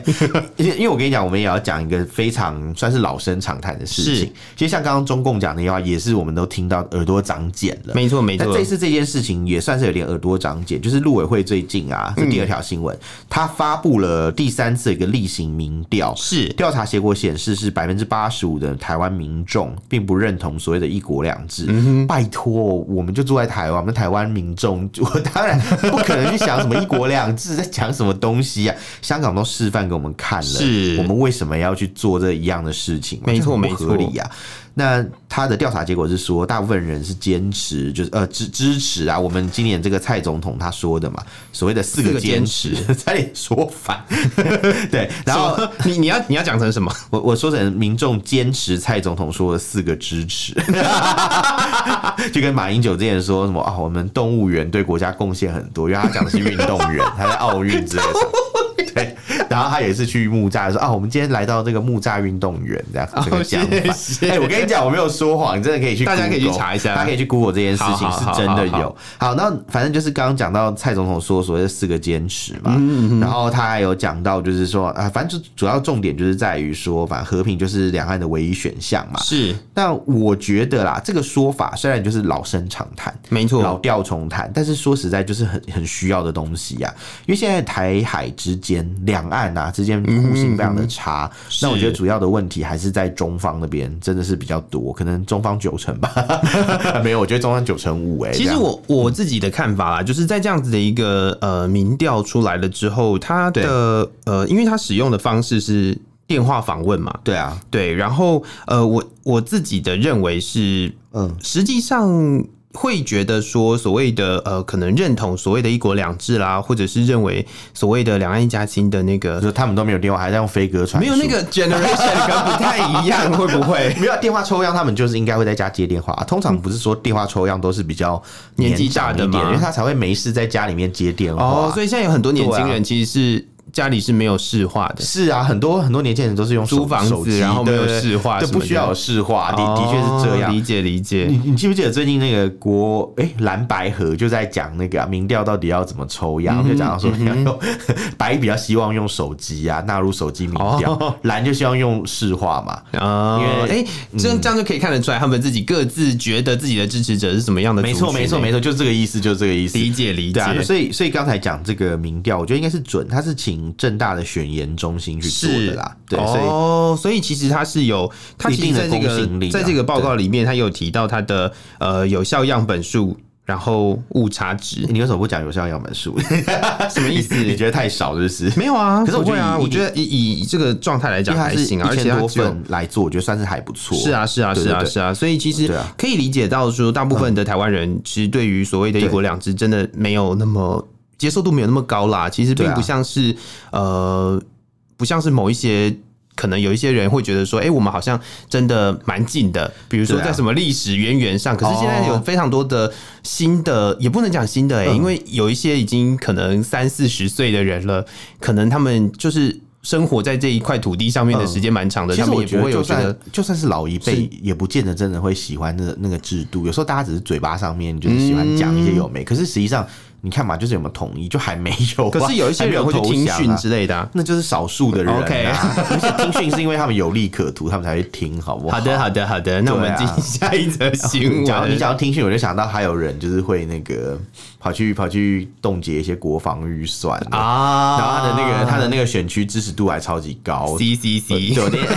Speaker 1: 因为因为我跟你讲，我们也要讲一个非常算是老生常谈的事
Speaker 2: 是
Speaker 1: 情。其实像刚刚中共讲那些话，也是我们都听到耳朵长茧了。
Speaker 2: 没错没
Speaker 1: 但
Speaker 2: 错
Speaker 1: 这，次这件事情也算是有点耳朵长茧，就是陆委会最近啊，
Speaker 2: 嗯
Speaker 1: 这第二条新闻，他发布了第三次一个例行民调，
Speaker 2: 是
Speaker 1: 调查结果显示是百分之八十五的台湾民众并不认同所谓的一国两制。
Speaker 2: 嗯
Speaker 1: 拜托，我们就住在台湾，我们台湾民众， 我当然不可能去想什么一国两制，在讲什么东西啊？香港都示范给我们看了，
Speaker 2: 是
Speaker 1: 我们为什么要去做这一样的事情嘛？
Speaker 2: 没错
Speaker 1: 就很
Speaker 2: 没
Speaker 1: 不
Speaker 2: 错
Speaker 1: 合理啊呀、那他的调查结果是说，大部分人是坚持，就是呃支支持啊，我们今年这个蔡总统他说的嘛，所谓的四
Speaker 2: 四
Speaker 1: 个
Speaker 2: 个坚
Speaker 1: 坚持， 差点说反，对，然后
Speaker 2: 什么 你你要你要讲成什么？
Speaker 1: 我我说成民众坚持蔡总统说的四个支持， 就跟马英九之前说什么啊，我们动物园对国家贡献很多，因为他讲的是运动员，他在奥运之类的。对，然后他也是去木栅说啊，我们今天来到这个木栅运动员这样子这个讲法。哎、
Speaker 2: 哦谢谢
Speaker 1: 我跟你讲，我没有说谎，你真的可以去 Google，
Speaker 2: 大家可以去查一下
Speaker 1: 大家可以去 Google 这件事情
Speaker 2: 好
Speaker 1: 是
Speaker 2: 好好
Speaker 1: 真的
Speaker 2: 好好
Speaker 1: 有。好，那反正就是刚刚讲到蔡总统说所谓的四个坚持
Speaker 2: 嗯
Speaker 1: 嘛，然后他还有讲到就是说啊，反正就主要重点就是在于说，反正和平就是两岸的唯一选项嘛。
Speaker 2: 是
Speaker 1: 但我觉得啦，这个说法虽然就是老生常谈，
Speaker 2: 没
Speaker 1: 老
Speaker 2: 错，
Speaker 1: 调重弹，但是说实在就是很很需要的东西呀、因为现在台海之间、两岸啊之间互信非常的差，
Speaker 2: 嗯
Speaker 1: 那我觉得主要的问题还是在中方那边，真的是比较多，可能中方九成吧， 没有，我觉得中方九成五哎、这
Speaker 2: 其实
Speaker 1: 样
Speaker 2: 我我自己的看法啦，就是在这样子的一个呃民调出来了之后，它的呃，因为它使用的方式是电话访问嘛，
Speaker 1: 对啊，
Speaker 2: 对，然后呃，我我自己的认为是，
Speaker 1: 嗯，
Speaker 2: 实际上会觉得说，所谓的呃，可能认同所谓的一国两制啦，或者是认为所谓的两岸一家亲的那
Speaker 1: 我
Speaker 2: 个，
Speaker 1: 说他们都 没有电话，还在用飞鸽传
Speaker 2: 没有那
Speaker 1: 书。
Speaker 2: 个 generation 跟不太一样，会不会？
Speaker 1: 没有啊电话抽样，他们就是应该会在家接电话、啊通常不是说电话抽样都是比较
Speaker 2: 嗯年纪大
Speaker 1: 长一
Speaker 2: 的
Speaker 1: 点
Speaker 2: 嘛
Speaker 1: 因为他才会没事在家里面接电话。
Speaker 2: 哦，所以现在有很多年轻
Speaker 1: 对
Speaker 2: 人其实是家里是没有市话的，
Speaker 1: 是啊，很多很多年轻人都是用手
Speaker 2: 租房
Speaker 1: 手
Speaker 2: 子
Speaker 1: 机
Speaker 2: 然后没有
Speaker 1: 对
Speaker 2: 市话
Speaker 1: 对，
Speaker 2: 什
Speaker 1: 不
Speaker 2: 么
Speaker 1: 需
Speaker 2: 的
Speaker 1: 要有市话，的啊的确是这
Speaker 2: 哦理
Speaker 1: 样。
Speaker 2: 解理
Speaker 1: 你
Speaker 2: 解。
Speaker 1: 你记不记得最近那个国哎、蓝白河就在讲那个、啊、民调到底要怎么抽
Speaker 2: 嗯
Speaker 1: 样，就讲到说要用 白比较希望用手机啊纳入手机民调，
Speaker 2: 哦
Speaker 1: 蓝就希望用市话嘛。
Speaker 2: 啊，
Speaker 1: 嗯因嗯
Speaker 2: 哎、这样这样就可以看得出来，他们自己各自觉得自己的支持者是什么样的
Speaker 1: 没错没错没
Speaker 2: 错，
Speaker 1: 错，就是这个意思，就是这个意思。
Speaker 2: 理解理解。
Speaker 1: 对啊，所以所以刚才讲这个民调，我觉得应该是准，他是请正大的选研中心去做的啦。对，所以
Speaker 2: 哦，所以其实它是有，它其
Speaker 1: 一定
Speaker 2: 实
Speaker 1: 的
Speaker 2: 在这
Speaker 1: 公信力
Speaker 2: 个
Speaker 1: 啊
Speaker 2: 在这个报告里面，它有提到它的呃有效样本数，然后误差值，
Speaker 1: 你为什么不讲有效样本数？
Speaker 2: 什么意思？
Speaker 1: 你觉得太少是不是？
Speaker 2: 没有啊，
Speaker 1: 可是我
Speaker 2: 不
Speaker 1: 觉
Speaker 2: 会
Speaker 1: 得
Speaker 2: 啊，
Speaker 1: 以
Speaker 2: 我觉得以以以这个状态来
Speaker 1: 因
Speaker 2: 讲
Speaker 1: 为它
Speaker 2: 还
Speaker 1: 是
Speaker 2: 行啊，而
Speaker 1: 一
Speaker 2: 且
Speaker 1: 千
Speaker 2: 它
Speaker 1: 多
Speaker 2: 只有
Speaker 1: 份来做，我觉得算是还不错。
Speaker 2: 是，啊，是啊，
Speaker 1: 对
Speaker 2: 是啊，
Speaker 1: 对对
Speaker 2: 是啊，所以其实
Speaker 1: 对啊
Speaker 2: 可以理解到说，大部分的台湾人其实对于所谓的“一国两制”真的没有那么接受度没有那么高啦。其实
Speaker 1: 对
Speaker 2: 并
Speaker 1: 啊
Speaker 2: 不像是呃，不像是某一些。可能有一些人会觉得说，哎、我们好像真的蛮近的，比如说
Speaker 1: 对啊
Speaker 2: 在什么历史渊源上，可是现在
Speaker 1: 哦
Speaker 2: 有非常多的新的，也不能讲新的、
Speaker 1: 嗯
Speaker 2: 欸，因为有一些已经可能三四十岁的人了，可能他们就是生活在这一块土地上面的
Speaker 1: 嗯
Speaker 2: 时间蛮长的，
Speaker 1: 其
Speaker 2: 他
Speaker 1: 实
Speaker 2: 们
Speaker 1: 我
Speaker 2: 也
Speaker 1: 觉
Speaker 2: 不
Speaker 1: 得
Speaker 2: 会有
Speaker 1: 就
Speaker 2: 觉得
Speaker 1: 算就算是老一辈
Speaker 2: 是，
Speaker 1: 也不见得真的会喜欢那个那个制度。有时候大家只是嘴巴上面就是喜欢讲一
Speaker 2: 嗯
Speaker 1: 些有没，可是实际上你看嘛，就是有没有统一，就还没有啊。
Speaker 2: 可是有一些人会去听
Speaker 1: 还没有投
Speaker 2: 训
Speaker 1: 降啊
Speaker 2: 之类的、啊。
Speaker 1: 那就是少数的人、啊。
Speaker 2: OK
Speaker 1: 而且听讯是因为他们有利可图，他们才会听，好不好？
Speaker 2: 好的，好嗯的，好的，那我们进行下一则新
Speaker 1: 你啊讲到
Speaker 2: 闻。
Speaker 1: 你讲到听讯，我就想到还有人就是会那个跑去跑去冻结一些国防预算啊
Speaker 2: 啊，哦
Speaker 1: 然后他的那个他的那个选区支持度还超级高。
Speaker 2: C C
Speaker 1: 对，
Speaker 2: C，
Speaker 1: 我那天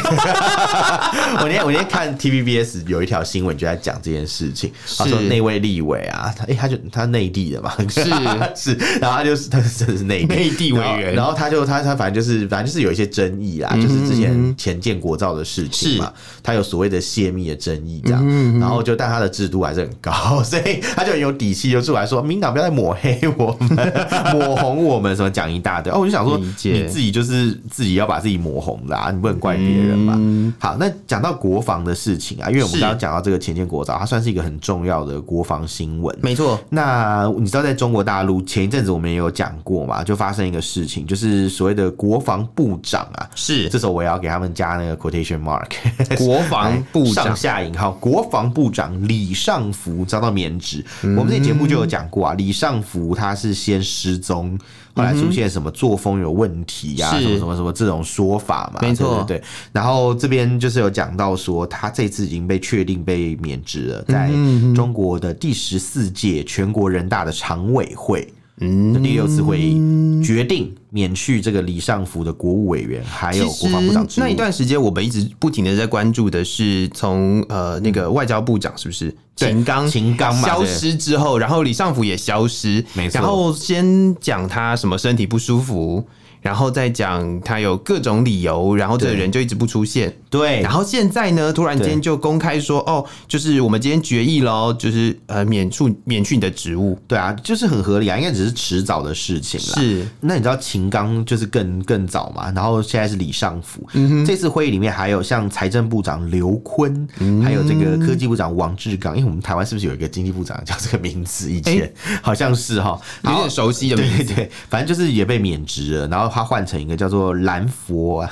Speaker 1: 我那天我那天看 TVBS 有一条新闻就在讲这件事情，他说
Speaker 2: 是
Speaker 1: 那位立委啊，他诶、他就他内地的嘛，
Speaker 2: 是
Speaker 1: 是，然后他就是他是真的是内地
Speaker 2: 内地委
Speaker 1: 然后
Speaker 2: 员嗯
Speaker 1: 然后他就他他反正就是反正就是有一些争议啦，就是之前前建国造的事情嘛，他有所谓的泄密的争议这
Speaker 2: 嗯
Speaker 1: 样，然后就但他的制度还是很高， 所以他就很有底气就出来说，民党不要再抹黑我们、 抹红我们什么讲一大堆，哦，我就想说
Speaker 2: 理解
Speaker 1: 你自己就是自己要把自己抹红啦，你不能怪别人嘛。好，那讲到国防的事情啊，因为我们
Speaker 2: 嗯是
Speaker 1: 刚刚讲到这个前建国造，它算是一个很重要的国防新闻，
Speaker 2: 没错，
Speaker 1: 那你知道，在中国大陆前一阵子我们也有讲过嘛，就发生一个事情，就是所谓的国防部长啊，
Speaker 2: 是
Speaker 1: 这时候我也要给他们加那个 quotation mark，
Speaker 2: 国防部
Speaker 1: 上
Speaker 2: 长
Speaker 1: 下引号，国防部长李尚福遭到免职。我们这节目就有讲过
Speaker 2: 嗯
Speaker 1: 啊，李尚福他是先失踪，后来出现什么作风有问题呀、啊，
Speaker 2: 是
Speaker 1: 什么什么什么这种说法嘛，
Speaker 2: 没错
Speaker 1: 对对对。然后这边就是有讲到说，他这次已经被确定被免职了，
Speaker 2: 嗯
Speaker 1: 在中国的第十四届全国人大的常委会。嗯，第六次会议决定免去这个李尚福的国务委员，还有国防部长职
Speaker 2: 其实
Speaker 1: 务。
Speaker 2: 那一段时间，我们一直不停的在关注的是从呃那个外交部长是不是
Speaker 1: 对
Speaker 2: 秦刚
Speaker 1: 秦刚嘛
Speaker 2: 消
Speaker 1: 对
Speaker 2: 失之后，然后李尚福也消失，
Speaker 1: 没错
Speaker 2: 然后先讲他什么身体不舒服，然后再讲他有各种理由，然后这个
Speaker 1: 对
Speaker 2: 人就一直不出现。
Speaker 1: 对，
Speaker 2: 然后现在呢，突然
Speaker 1: 哎对
Speaker 2: 间就公开说，哦，就是我们今天决议喽，就是呃免除免去你的职务，
Speaker 1: 对啊，就是很合理啊，应该只是迟早的事情啦。，
Speaker 2: 是
Speaker 1: 那你知道秦秦刚就是更更早嘛，然后现在是李尚福。
Speaker 2: 嗯
Speaker 1: 这次会议里面还有像财政部长刘昆，
Speaker 2: 嗯
Speaker 1: 还有这个科技部长王志刚，因为我们台湾是不是有一个经济部长叫这个名字？以前、好像是哈，
Speaker 2: 有
Speaker 1: 好
Speaker 2: 点熟悉的名字
Speaker 1: 对对对，反正就是也被免职了，然后他换成一个叫做兰佛啊。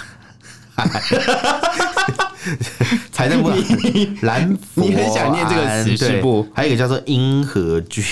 Speaker 1: 财政部 长兰佛安，
Speaker 2: 你很想念这个词是不
Speaker 1: 对还有一个叫做英和俊，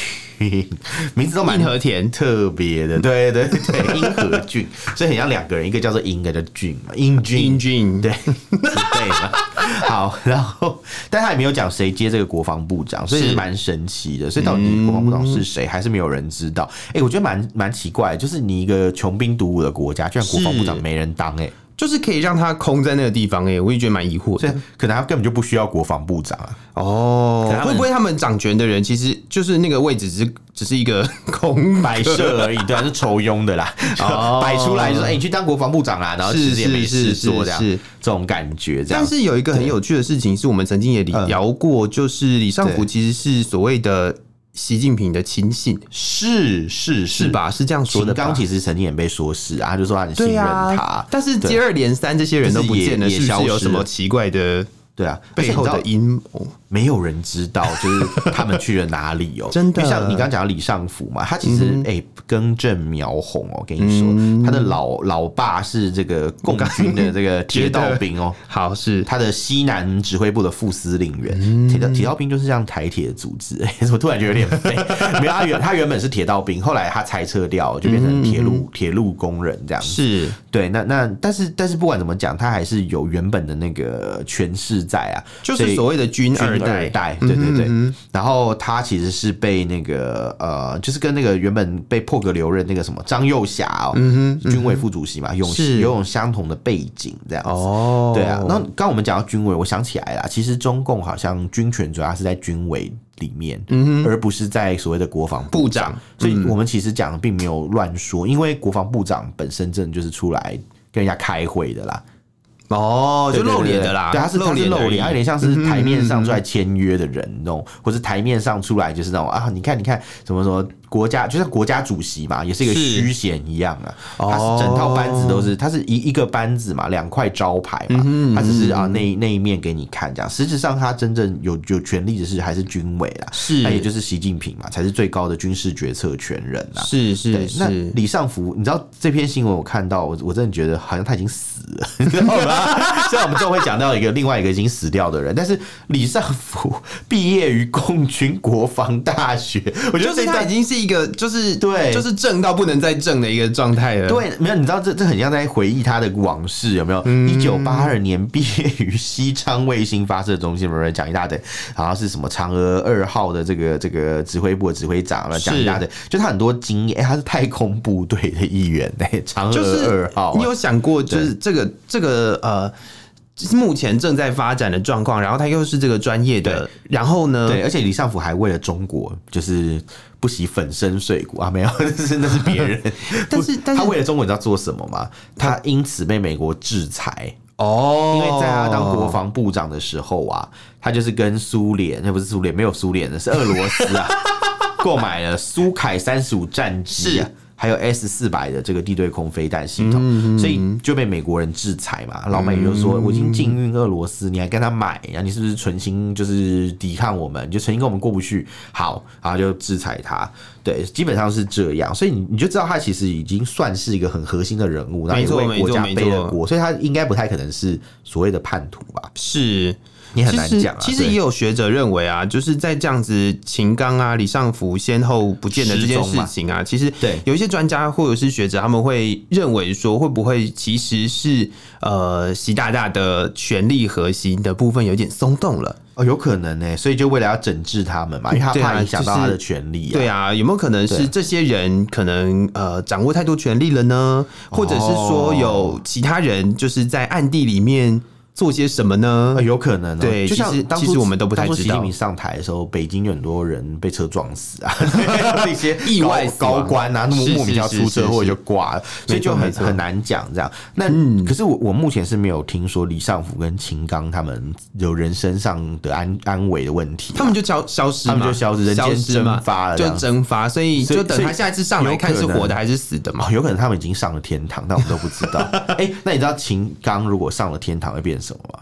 Speaker 1: 名字都蛮
Speaker 2: 硬和田
Speaker 1: 特别的，对对对，英和俊，所以很像两个人，一个叫做英，一个叫俊嘛，英俊，
Speaker 2: 英俊，
Speaker 1: 对，对了。 好，然后，但他也没有讲谁接这个国防部长，所以
Speaker 2: 是嗯
Speaker 1: 是蛮神奇的。所以到底国防部长是谁，还是没有人知道。哎、我觉得蛮蛮奇怪，就是你一个穷兵黩武的国家，居然国防部长
Speaker 2: 是
Speaker 1: 没人当、哎，
Speaker 2: 就是可以让他空在那个地方哎、我也觉得蛮疑惑
Speaker 1: 所以
Speaker 2: 的。
Speaker 1: 可能他根本就不需要国防部长 啊。
Speaker 2: 哦
Speaker 1: 可他们
Speaker 2: 会不会他们掌权的人其实就是那个位置只是只是一个 空
Speaker 1: 摆设而已，对啊，是酬庸的啦，
Speaker 2: 哦
Speaker 1: 摆出来就说，哎、你去当国防部长啦，然后其
Speaker 2: 是
Speaker 1: 实也没
Speaker 2: 是
Speaker 1: 事
Speaker 2: 是
Speaker 1: 做
Speaker 2: 是
Speaker 1: 这样，
Speaker 2: 是，
Speaker 1: 这种感觉这样
Speaker 2: 但。是有一个很有趣的事情，是我们曾经也
Speaker 1: 嗯
Speaker 2: 聊过，就是李尚福
Speaker 1: 对
Speaker 2: 其实是所谓的习近平的亲信，
Speaker 1: 是是
Speaker 2: 是？吧？是这样说
Speaker 1: 秦
Speaker 2: 的吧
Speaker 1: 刚？其实曾经也被说是啊，他就说他很信
Speaker 2: 对啊
Speaker 1: 任
Speaker 2: 呀、
Speaker 1: 他，
Speaker 2: 但是接二连三这些人都不见了，
Speaker 1: 就是是也
Speaker 2: 不是
Speaker 1: 也消
Speaker 2: 有
Speaker 1: 失
Speaker 2: 什么
Speaker 1: 了
Speaker 2: 奇怪的
Speaker 1: 对啊，而且
Speaker 2: 背
Speaker 1: 你
Speaker 2: 后
Speaker 1: 知道
Speaker 2: 的阴谋？
Speaker 1: 没有人知道，就是他们去了哪 里哦、
Speaker 2: 真的嗯
Speaker 1: 因为像你刚刚讲的李尚福嘛，他其实哎、根正苗红哦、跟你说，他的老老爸是这个共军的这个铁道兵哦、
Speaker 2: 好是
Speaker 1: 他的西南指挥部的副司令员，
Speaker 2: 嗯
Speaker 1: 铁道铁道兵就是像台铁的组织，哎、我突然觉得有点 废。没有，他原他原本是铁道兵，后来他裁撤掉，就变
Speaker 2: 嗯
Speaker 1: 成铁路铁、路工人这样子。
Speaker 2: 是
Speaker 1: 对，那那但是但是不管怎么讲，他还是有原本的那个权势在啊，
Speaker 2: 就是所
Speaker 1: 谓。
Speaker 2: 谓的军
Speaker 1: 军
Speaker 2: 二
Speaker 1: 代，
Speaker 2: 代，嗯
Speaker 1: 对对对。然后他其实是被那个呃，就是跟那个原本被破格留任那个什么张幼侠哦，
Speaker 2: 嗯
Speaker 1: 军委副主席嘛，拥
Speaker 2: 是
Speaker 1: 有种相同的背景这样子。
Speaker 2: 哦
Speaker 1: 对啊，那刚刚我们讲到军委，我想起来了，其实中共好像军权主要是在军委里面，而不是在所谓的国防部。
Speaker 2: 嗯部长嗯
Speaker 1: 所以我们其实讲的并没有乱说，因为国防部长本身真的就是出来跟人家开会的啦，
Speaker 2: 哦，就
Speaker 1: 对对
Speaker 2: 露
Speaker 1: 对
Speaker 2: 脸的啦，
Speaker 1: 对，他是他是
Speaker 2: 脸嗯
Speaker 1: 露
Speaker 2: 而已
Speaker 1: 脸，他有点像是台面上出来签约的人那种，或是台面上出来就是那种啊，你看你看什么什么国家，就像国家主席嘛，也是一个
Speaker 2: 是
Speaker 1: 虚衔一样啊，
Speaker 2: 哦
Speaker 1: 他是整套班子都是，他是一一个班子嘛，两块招牌
Speaker 2: 嗯
Speaker 1: 嘛，他只是啊那那一面给你看这样，实质上他真正有有权利的是还是军委啦，
Speaker 2: 是
Speaker 1: 那也就是习近平嘛，才是最高的军事决策权人啦。
Speaker 2: 是
Speaker 1: 对
Speaker 2: 是，
Speaker 1: 那
Speaker 2: 嗯是，
Speaker 1: 李尚福，你知道这篇新闻我看到，我我真的觉得好像他已经死了，你知道吗？ 虽然我们之后会讲到一个另外一个已经死掉的人，但是李尚福毕业于共军国防大学，我觉
Speaker 2: 就
Speaker 1: 得这
Speaker 2: 是他
Speaker 1: 段
Speaker 2: 已。经是一个就是
Speaker 1: 对
Speaker 2: 就是正到不能再正的一个状态了，
Speaker 1: 对，没有，你知道这这很像在回忆他的往事，有没有？
Speaker 2: 嗯
Speaker 1: 一九八二年毕业于西昌卫星发射中心，有没有讲一大堆？然后是什么嫦娥二号的这个这个指挥部的指挥长，有没有讲一大堆？就他很多经验，哎他是太空部队的一员，哎，嫦
Speaker 2: 就
Speaker 1: 娥
Speaker 2: 是
Speaker 1: 二号啊，
Speaker 2: 你有想过，就是这个这个呃，目前正在发展的状况，然后他又是这个专业的，然后呢，
Speaker 1: 对，而且李尚福还为了中国就是不惜粉身碎骨啊，没有， 那是那是别人。
Speaker 2: 但是
Speaker 1: 不
Speaker 2: 但是
Speaker 1: 他为了中国，你知道做什么吗？他因此被美国制裁，
Speaker 2: 哦，
Speaker 1: 因为在他当国防部长的时候啊，他就是跟苏联，那不是苏联，没有苏联的是俄罗斯啊，购买了苏凯三十五战机、啊。还有 S 四百的这个地对空飞弹系统，所以就被美国人制裁嘛。老美就说：“我已经禁运俄罗斯，你还跟他买呀、你是不是存心就是抵抗我们？你就存心跟我们过不去？”好，然后就制裁他。对，基本上是这样。所以你你就知道他其实已经算是一个很核心的人物，那
Speaker 2: 没
Speaker 1: 也
Speaker 2: 错
Speaker 1: 为国家
Speaker 2: 没错
Speaker 1: 背
Speaker 2: 没
Speaker 1: 了
Speaker 2: 错
Speaker 1: 国，所以他应该不太可能是所谓的叛徒吧？
Speaker 2: 是。
Speaker 1: 你很难讲、啊
Speaker 2: 其实其实也有学者认为啊，就是在这样子秦刚啊、李尚福先后不见的这件事情啊，其实
Speaker 1: 对
Speaker 2: 有一些专家或者是学者，他们会认为说，会不会其实是呃习大大的权力核心的部分有点松动了？
Speaker 1: 哦，有可能呢、所以就为了要整治他们嘛，因为他
Speaker 2: 对啊
Speaker 1: 怕影响到他
Speaker 2: 就是
Speaker 1: 的权利、啊
Speaker 2: 对啊，有没有可能
Speaker 1: 对
Speaker 2: 是这些人可能呃掌握太
Speaker 1: 哦
Speaker 2: 多权力了呢？或者是说有其他人就是在暗地里面做些什么呢
Speaker 1: 呃，？有可能、哦。
Speaker 2: 对
Speaker 1: 就
Speaker 2: 其
Speaker 1: 像
Speaker 2: 实
Speaker 1: 当初
Speaker 2: 其实我们都不太
Speaker 1: 当初
Speaker 2: 知
Speaker 1: 习近
Speaker 2: 道
Speaker 1: 平上台的时候，北京有很多人被车撞死 啊，一些
Speaker 2: 意外死
Speaker 1: 高
Speaker 2: 亡
Speaker 1: 高官啊，那么
Speaker 2: 是
Speaker 1: 莫名其妙
Speaker 2: 是是
Speaker 1: 出车祸
Speaker 2: 是
Speaker 1: 就挂了，所以
Speaker 2: 没错
Speaker 1: 就很
Speaker 2: 没错嗯
Speaker 1: 很难讲这样。那可是我我目前是没有听说李尚福跟秦刚他们有人身上的安安危的问题啊。
Speaker 2: 他们就消消失嘛，
Speaker 1: 他们就消失人间
Speaker 2: 消失嘛
Speaker 1: 蒸发了这
Speaker 2: 就
Speaker 1: 样
Speaker 2: 蒸发，所以
Speaker 1: 所以
Speaker 2: 就等
Speaker 1: 所
Speaker 2: 他
Speaker 1: 以
Speaker 2: 下一次上来
Speaker 1: 有
Speaker 2: 看
Speaker 1: 可
Speaker 2: 是活
Speaker 1: 能
Speaker 2: 的还是死的嘛
Speaker 1: 哦，。有可能他们已经上了天堂，但我们都不知 道。哎、那你知道秦刚如果上了天堂会变什么吗？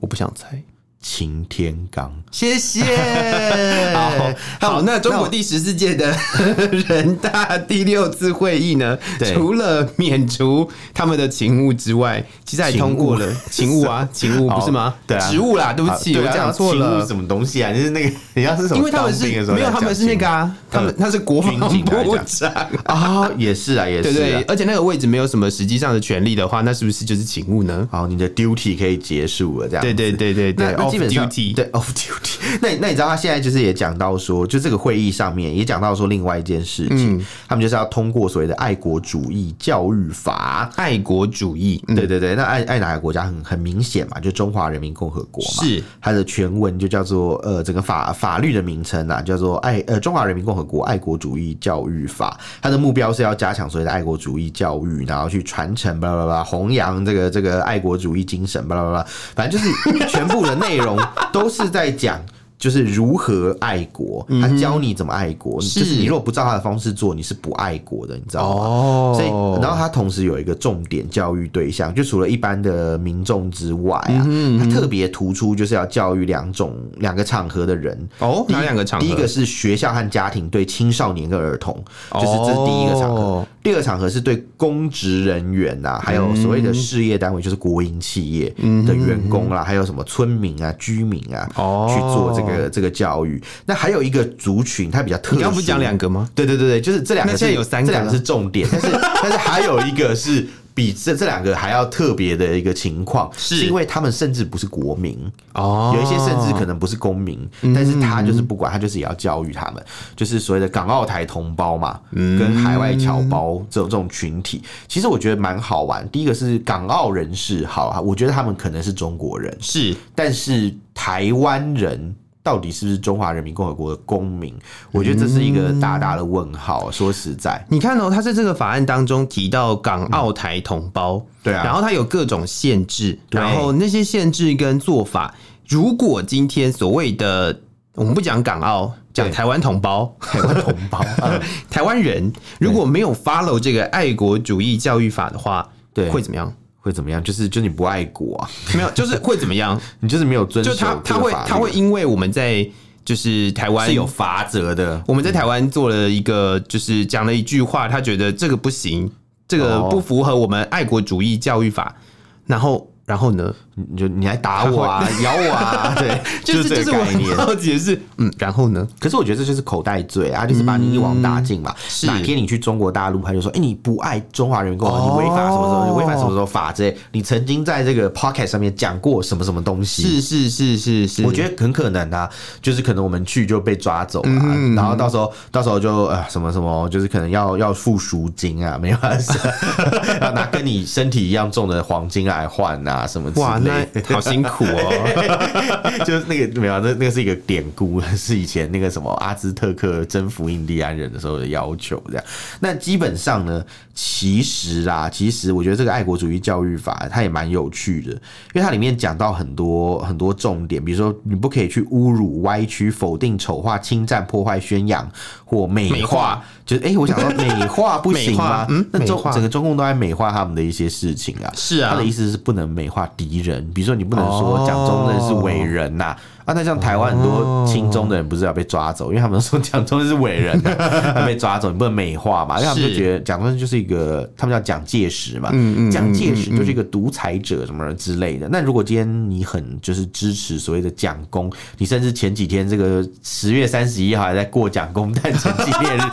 Speaker 2: 我不想猜，
Speaker 1: 秦天罡。
Speaker 2: 谢谢。 好好，那中国第十四届的 人大第六次会议呢，
Speaker 1: 对
Speaker 2: 除了免除他们的勤务之外，其实还
Speaker 1: 勤务
Speaker 2: 通过了勤务啊，勤 务不是
Speaker 1: 哦？
Speaker 2: 吗
Speaker 1: 对啊
Speaker 2: 职务啦，对不起，
Speaker 1: 啊
Speaker 2: 我
Speaker 1: 对啊
Speaker 2: 讲错
Speaker 1: 然后勤务
Speaker 2: 了。
Speaker 1: 什么东西啊？就是那个，你要是什么？
Speaker 2: 因为他们是
Speaker 1: 当兵的时候
Speaker 2: 没有，
Speaker 1: 在
Speaker 2: 他们
Speaker 1: 讲
Speaker 2: 是那个啊，他们他是国防
Speaker 1: 军警来
Speaker 2: 部
Speaker 1: 讲
Speaker 2: 长，
Speaker 1: 啊、也是啊，也是
Speaker 2: 对
Speaker 1: 啊。
Speaker 2: 不对？而且那个位置没有什么实际上的权利的话，那是不是就是勤务呢？
Speaker 1: 好，你的 duty 可以结束了，这样子。
Speaker 2: 对对对对
Speaker 1: 那
Speaker 2: 对
Speaker 1: 那
Speaker 2: ，off
Speaker 1: 基本上
Speaker 2: duty，
Speaker 1: 对 off duty。那 你那你知道他现在就是也讲到说，就这个会议上面也讲到说另外一件事情，
Speaker 2: 嗯
Speaker 1: 他们就是要通过所谓的爱国主义教育法。
Speaker 2: 爱国主义，嗯
Speaker 1: 对对对，那爱爱哪个国家很很明显嘛，就中华人民共和国嘛，
Speaker 2: 是
Speaker 1: 它的全文就叫做呃整个法法律的名称啊，叫做爱呃中华人民共和国爱国主义教育法，它的目标是要加强所谓的爱国主义教育，然后去传承巴拉巴拉，弘扬这个这个爱国主义精神巴拉巴拉，反正就是全部的内容都是在讲。就是如何爱国，他教你怎么爱国。
Speaker 2: 嗯是
Speaker 1: 就是你如果不照他的方式做，你是不爱国的，你知道吗？
Speaker 2: 哦
Speaker 1: 所以，然后它同时有一个重点教育对象，就除了一般的民众之外
Speaker 2: 嗯
Speaker 1: 啊，它特别突出就是要教育两种两个场合的人。
Speaker 2: 哦，
Speaker 1: 第一
Speaker 2: 哪两个场合？
Speaker 1: 第一个是学校和家庭对青少年跟儿童，
Speaker 2: 哦
Speaker 1: 就是这是第一个场合。第二个场合是对公职人员呐、还有所谓的事业单位，就是国营企业
Speaker 2: 嗯
Speaker 1: 的员工啦、还有什么村民啊、居民啊，
Speaker 2: 哦
Speaker 1: 去做这个这个教育。那还有一个族群，它比较特殊。
Speaker 2: 你刚不是讲两个吗？
Speaker 1: 对对对对，就是这两个是。
Speaker 2: 那现在有三个
Speaker 1: 这
Speaker 2: 了
Speaker 1: 两个是重点， 但是但是还有一个是比这这两个还要特别的一个情况，
Speaker 2: 是
Speaker 1: 因为他们甚至不是国民，
Speaker 2: 哦嗯
Speaker 1: 有一些甚至可能不是公民，但是他就是不管，他就是也要教育他们，就是所谓的港澳台同胞嘛，
Speaker 2: 嗯
Speaker 1: 跟海外侨胞这种这种群体，其实我觉得蛮好玩。第一个是港澳人士，好啊，我觉得他们可能是中国人，
Speaker 2: 是
Speaker 1: 但是台湾人。到底是不是中华人民共和国的公民？我觉得这是一个大大的问号。说实在，
Speaker 2: 你看哦，他在这个法案当中提到港澳台同胞，
Speaker 1: 对啊
Speaker 2: 然后他有各种限制，
Speaker 1: 对
Speaker 2: 然后那些限制跟做法，如果今天所谓的我们不讲港澳，讲
Speaker 1: 对
Speaker 2: 台湾同胞、
Speaker 1: 台湾同胞，嗯
Speaker 2: 台湾人，如果没有 follow 这个爱国主义教育法的话，
Speaker 1: 对
Speaker 2: 会怎么样？
Speaker 1: 会怎么样？就是就你不爱国啊，
Speaker 2: 没有，就是会怎么样？
Speaker 1: 你 就是没有遵守
Speaker 2: 就他他
Speaker 1: 这个
Speaker 2: 会
Speaker 1: 法律
Speaker 2: 他会因为我们在就是台湾
Speaker 1: 是有法则的。
Speaker 2: 我们在台湾做了一个，就是讲了一句话，他觉得这个不行，这个
Speaker 1: 哦
Speaker 2: 不符合我们爱国主义教育法。然后，然后呢？
Speaker 1: 你就你来打我啊， 咬我啊，对，
Speaker 2: 就是
Speaker 1: 这
Speaker 2: 就是
Speaker 1: 个
Speaker 2: 我
Speaker 1: 概
Speaker 2: 很
Speaker 1: 念。
Speaker 2: 好奇的是，嗯，然后呢？
Speaker 1: 可是我觉得这就是口袋罪啊，就是把你一网打尽嘛。
Speaker 2: 嗯是
Speaker 1: 哪天你去中国大陆，他就说：“哎、你不爱中华人民共和国，
Speaker 2: 哦
Speaker 1: 你违反什么什么，你违反什么什么法之类。你曾经在这个 pocket 上面讲过什么什么东西。”
Speaker 2: 是是是是是，
Speaker 1: 我觉得很可能啊，就是可能我们去就被抓走啊，
Speaker 2: 嗯
Speaker 1: 然后到时候到时候就呃什么什么，就是可能要要付赎金啊，没有啊，是 要拿跟你身体一样重的黄金来换啊，什么之
Speaker 2: 哇，
Speaker 1: 类
Speaker 2: 那
Speaker 1: 的。
Speaker 2: 好辛苦 哦。
Speaker 1: 就是那个没有啊，那那个是一个典故，是以前那个什么阿兹特克征服印第安人的时候的要求这样。那基本上呢，其实啦，其实我觉得这个爱国主义教育法它也蛮有趣的，因为它里面讲到很多很多重点，比如说你不可以去侮辱、歪曲、否定、丑化、侵占、破坏、宣扬或美化，
Speaker 2: 美化
Speaker 1: 就是哎、诶我想说美化不行吗？
Speaker 2: 美化嗯
Speaker 1: 那中
Speaker 2: 美化
Speaker 1: 整个中共都在美化他们的一些事情啊。
Speaker 2: 是啊
Speaker 1: 他的意思是不能美化敌人，比如说你不能说蒋中正是伟人呐、啊，那像台湾很多亲中的人不是要被抓走，因为他们说蒋中正是伟人、啊， 他被抓走，你不能美化嘛，因为他们就是嗯觉得蒋中正就是一个，他们叫蒋介石嘛，蒋介石就是一个独裁者什么之类的。那如果今天你很就是支持所谓的蒋公，你甚至前几天这个十月三十一号还在过蒋公诞辰纪念日。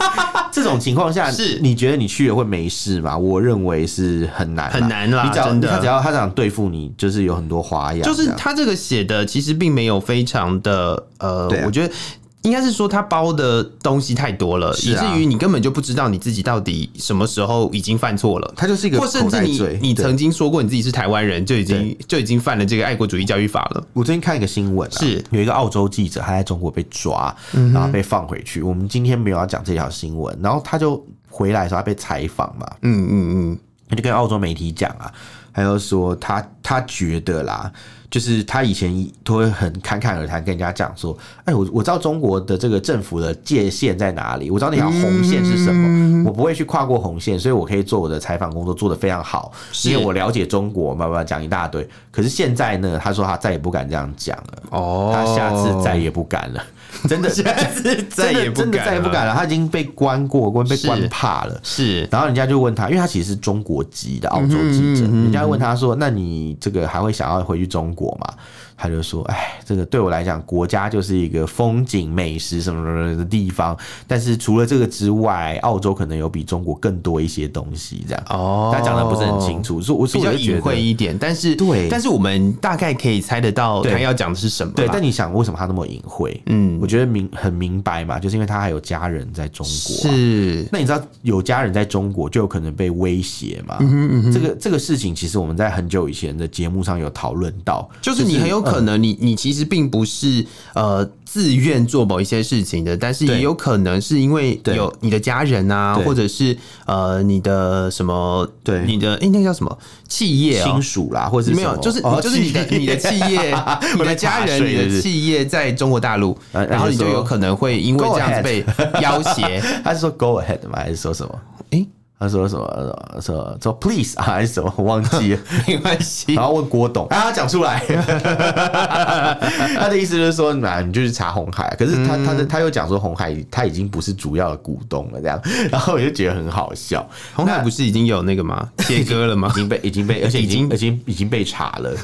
Speaker 1: 这种情况下，
Speaker 2: 是
Speaker 1: 你觉得你去了会没事吗？我认为是很难啦，
Speaker 2: 很难啦
Speaker 1: 你只要
Speaker 2: 啊真的
Speaker 1: 他只要他想对付你，就是有很多花样这
Speaker 2: 就
Speaker 1: 样，
Speaker 2: 是他这个写的其实并没有非常的呃，
Speaker 1: 对啊
Speaker 2: 我觉得应该是说他包的东西太多了，
Speaker 1: 是啊
Speaker 2: 以至于你根本就不知道你自己到底什么时候已经犯错了。
Speaker 1: 它就是一个
Speaker 2: 或甚
Speaker 1: 口
Speaker 2: 至
Speaker 1: 袋
Speaker 2: 你
Speaker 1: 罪。
Speaker 2: 你
Speaker 1: 对
Speaker 2: 曾经说过你自己是台湾人，就已经就已经犯了这个爱国主义教育法了。
Speaker 1: 我最近看一个新闻、啊，
Speaker 2: 是嗯
Speaker 1: 有一个澳洲记者，他在中国被抓，然后被放回去。我们今天没有要讲这条新闻，然后他就回来的时候，他被采访嘛，
Speaker 2: 嗯嗯嗯，
Speaker 1: 他就跟澳洲媒体讲啊，他就说他他觉得啦，就是他以前都会很侃侃而谈跟人家讲说，哎，我我知道中国的这个政府的界限在哪里，我知道那条红线是什么，
Speaker 2: 嗯
Speaker 1: 我不会去跨过红线，所以我可以做我的采访工作做得非常好，因为我了解中国，慢慢讲一大堆。可是现在呢，他说他再也不敢这样讲了，
Speaker 2: 哦
Speaker 1: 他下次 再也不敢了， 真的
Speaker 2: 下次再
Speaker 1: 真的
Speaker 2: 也不
Speaker 1: 真的
Speaker 2: 敢，
Speaker 1: 再也不敢了，
Speaker 2: 了。
Speaker 1: 他已经被关过关被
Speaker 2: 是
Speaker 1: 关怕了。
Speaker 2: 是
Speaker 1: 然后人家就问他，因为他其实是中国籍的澳洲记
Speaker 2: 嗯
Speaker 1: 者，人家问他说：“那你这个还会想要回去中国吗？”他就说：“哎，这个对我来讲，国家就是一个风景、美食什么什么的地方，但是除了这个之外，澳洲可能有比中国更多一些东西。”这样，
Speaker 2: 哦
Speaker 1: 他讲的不是很清楚，所以我所
Speaker 2: 比
Speaker 1: 以我
Speaker 2: 较
Speaker 1: 就觉
Speaker 2: 隐晦
Speaker 1: 得。
Speaker 2: 一点，啊但是
Speaker 1: 对
Speaker 2: 但是我们大概可以猜得到
Speaker 1: 对
Speaker 2: 他要讲的是什么啦。
Speaker 1: 对，但你想为什么他那么隐晦？嗯，我觉得明很明白嘛，就是因为他还有家人在中国、啊。
Speaker 2: 是
Speaker 1: 那你知道有家人在中国就有可能被威胁
Speaker 2: 嗯
Speaker 1: 嘛？这个这个事情，其实我们在很久以前的节目上有讨论到，
Speaker 2: 就是嗯你很有可能你，你其实并不是呃自愿做某一些事情的，但是
Speaker 1: 对
Speaker 2: 也有可能是因为
Speaker 1: 对
Speaker 2: 有你的家人啊，
Speaker 1: 对
Speaker 2: 或者是呃你的什么，
Speaker 1: 对
Speaker 2: 你的哎、那个叫什么企业啊、
Speaker 1: 亲属啦，或者、
Speaker 2: 没有，就是、就是你的你的企 业你的家人、你的企业在中国大陆，
Speaker 1: 呃
Speaker 2: 然后啊你就有可能会因为这样子被要 挟。
Speaker 1: 业， 他是说 go ahead 吗？还是说什么？
Speaker 2: 诶
Speaker 1: 他说什么？呃说说 please 啊，还是什么？我忘记了。
Speaker 2: 没关系
Speaker 1: 然，后问郭董，啊，他讲出来， 他的意思就是说，那你就去查红海。可是他、
Speaker 2: 嗯
Speaker 1: 他的他又讲说，红海他已经不是主要的股东了，这样，然后我就觉得很好笑。
Speaker 2: 红海不是已经有那个吗？切割了吗
Speaker 1: 已？经 被已经被，而且已经已经已经被查 了。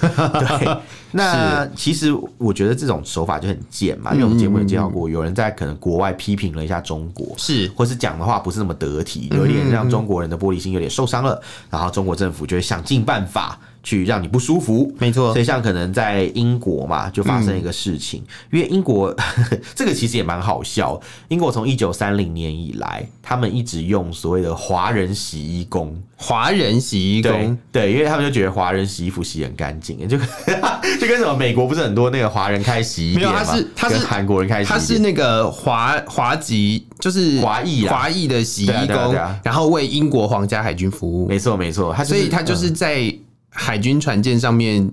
Speaker 1: 对，那其实我觉得这种手法就很贱嘛，因为我们节目也介绍过，有人在可能国外批评了一下中国。
Speaker 2: 是
Speaker 1: 或是讲的话不是那么得体，有点让中国人的玻璃心有点受伤了，然后中国政府就会想尽办法去让你不舒服。
Speaker 2: 没错
Speaker 1: 所以像可能在英国嘛，就发生一个事情，因为英国 这个其实也蛮好笑，英国从一九三零年以来，他们一直用所谓的华人洗衣工。
Speaker 2: 华人洗衣
Speaker 1: 对
Speaker 2: 工。
Speaker 1: 对，因为他们就觉得华人洗衣服洗很干净，就 就跟什么美国不是很多那个华人开洗衣
Speaker 2: 没
Speaker 1: 店
Speaker 2: 有
Speaker 1: 吗？
Speaker 2: 他是他是
Speaker 1: 跟韩国人开洗衣
Speaker 2: 他
Speaker 1: 店，
Speaker 2: 是那个华华籍，就是
Speaker 1: 华裔啦
Speaker 2: 华裔的洗衣
Speaker 1: 对啊对啊
Speaker 2: 工
Speaker 1: 对啊，
Speaker 2: 然后为英国皇家海军服务，
Speaker 1: 没错没错，他、嗯
Speaker 2: 所以他就是在海军船舰上面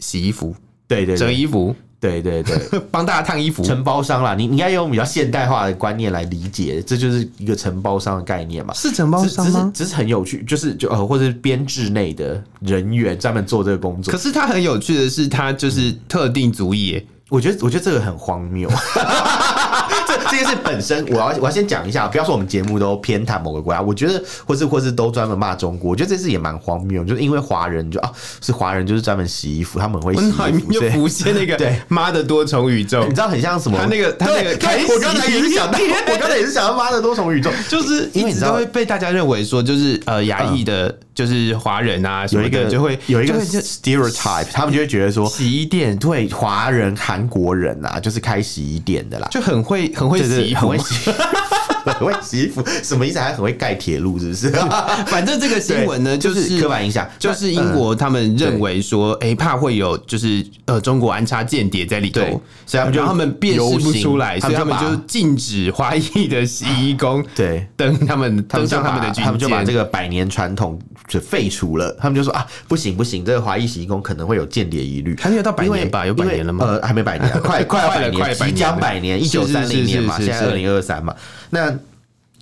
Speaker 2: 洗衣服、
Speaker 1: 对对
Speaker 2: 折
Speaker 1: 对
Speaker 2: 衣服、
Speaker 1: 对对对，
Speaker 2: 帮大家烫衣服。
Speaker 1: 承包商啦，你你应该用比较现代化的观念来理解，这就是一个承包商的概念嘛。
Speaker 2: 是承包
Speaker 1: 只
Speaker 2: 商
Speaker 1: 只是
Speaker 2: 吗？
Speaker 1: 只是很有趣，就是就呃，或者是编制内的人员专门做这个工作
Speaker 2: 可，是他很有趣的是，他就是
Speaker 1: 嗯
Speaker 2: 特定族裔耶，
Speaker 1: 我觉得我觉得这个很荒 谬。这这件事本身，我要我要先讲一下，不要说我们节目都偏袒某个国家，我觉得或是或是都专门骂中国，我觉得这事也蛮荒谬，就是因为华人就啊是华人就是专门洗衣服，他们很会洗
Speaker 2: 文海
Speaker 1: 衣
Speaker 2: 明
Speaker 1: 服，
Speaker 2: 就
Speaker 1: 所以
Speaker 2: 浮现那个
Speaker 1: 对
Speaker 2: 妈的多重宇宙
Speaker 1: 你，知道很像什么？
Speaker 2: 他那个他那个
Speaker 1: 对
Speaker 2: 开
Speaker 1: 对
Speaker 2: 洗
Speaker 1: 我刚才也是想到，
Speaker 2: 衣
Speaker 1: 我刚才也是想到妈的多重宇宙，
Speaker 2: 就是
Speaker 1: 因为你
Speaker 2: 一
Speaker 1: 知
Speaker 2: 直
Speaker 1: 道嗯
Speaker 2: 都会被大家认为说，就是呃亚裔的，就是华人啊什
Speaker 1: 有
Speaker 2: 么
Speaker 1: 一
Speaker 2: 的，
Speaker 1: 个
Speaker 2: 就会
Speaker 1: 有一个
Speaker 2: 就会就
Speaker 1: stereotype，他们就会觉得说，
Speaker 2: 洗衣店
Speaker 1: 对华人、韩国人啊，就是开洗衣店的啦，
Speaker 2: 就很会很会
Speaker 1: 对对
Speaker 2: 洗衣
Speaker 1: 很
Speaker 2: 服
Speaker 1: 会，洗。 很会洗衣服，什么意思？还很会盖铁路，是不是？
Speaker 2: 反正这个新闻
Speaker 1: 对
Speaker 2: 呢，就
Speaker 1: 就是
Speaker 2: 是
Speaker 1: 刻板印象
Speaker 2: 就是英国他们认为说，
Speaker 1: 嗯
Speaker 2: 哎，怕会有就是呃中国安插间谍在里头
Speaker 1: 对，所以他们就
Speaker 2: 然后他们辨识不出来，
Speaker 1: 游行
Speaker 2: 所以他们
Speaker 1: 他们
Speaker 2: 就
Speaker 1: 就把
Speaker 2: 禁止华裔的洗衣工
Speaker 1: 对，
Speaker 2: 登他们
Speaker 1: 他
Speaker 2: 登
Speaker 1: 们就
Speaker 2: 上
Speaker 1: 把
Speaker 2: 他们的军舰，
Speaker 1: 他们就把这个百年传统就废除了。他们就说啊，不行不行，这个华裔洗衣工可能会有间谍疑虑。
Speaker 2: 还没有到百
Speaker 1: 因为
Speaker 2: 年吧？有百
Speaker 1: 因为
Speaker 2: 年了吗？
Speaker 1: 呃，还没百年啊， 快快要
Speaker 2: 快了
Speaker 1: 百年，
Speaker 2: 快了
Speaker 1: 即
Speaker 2: 百年
Speaker 1: 将
Speaker 2: 了
Speaker 1: 百年，一
Speaker 2: 是
Speaker 1: 九
Speaker 2: 是
Speaker 1: 三零
Speaker 2: 是
Speaker 1: 年嘛，
Speaker 2: 是
Speaker 1: 现在二
Speaker 2: 是
Speaker 1: 零二三嘛，那。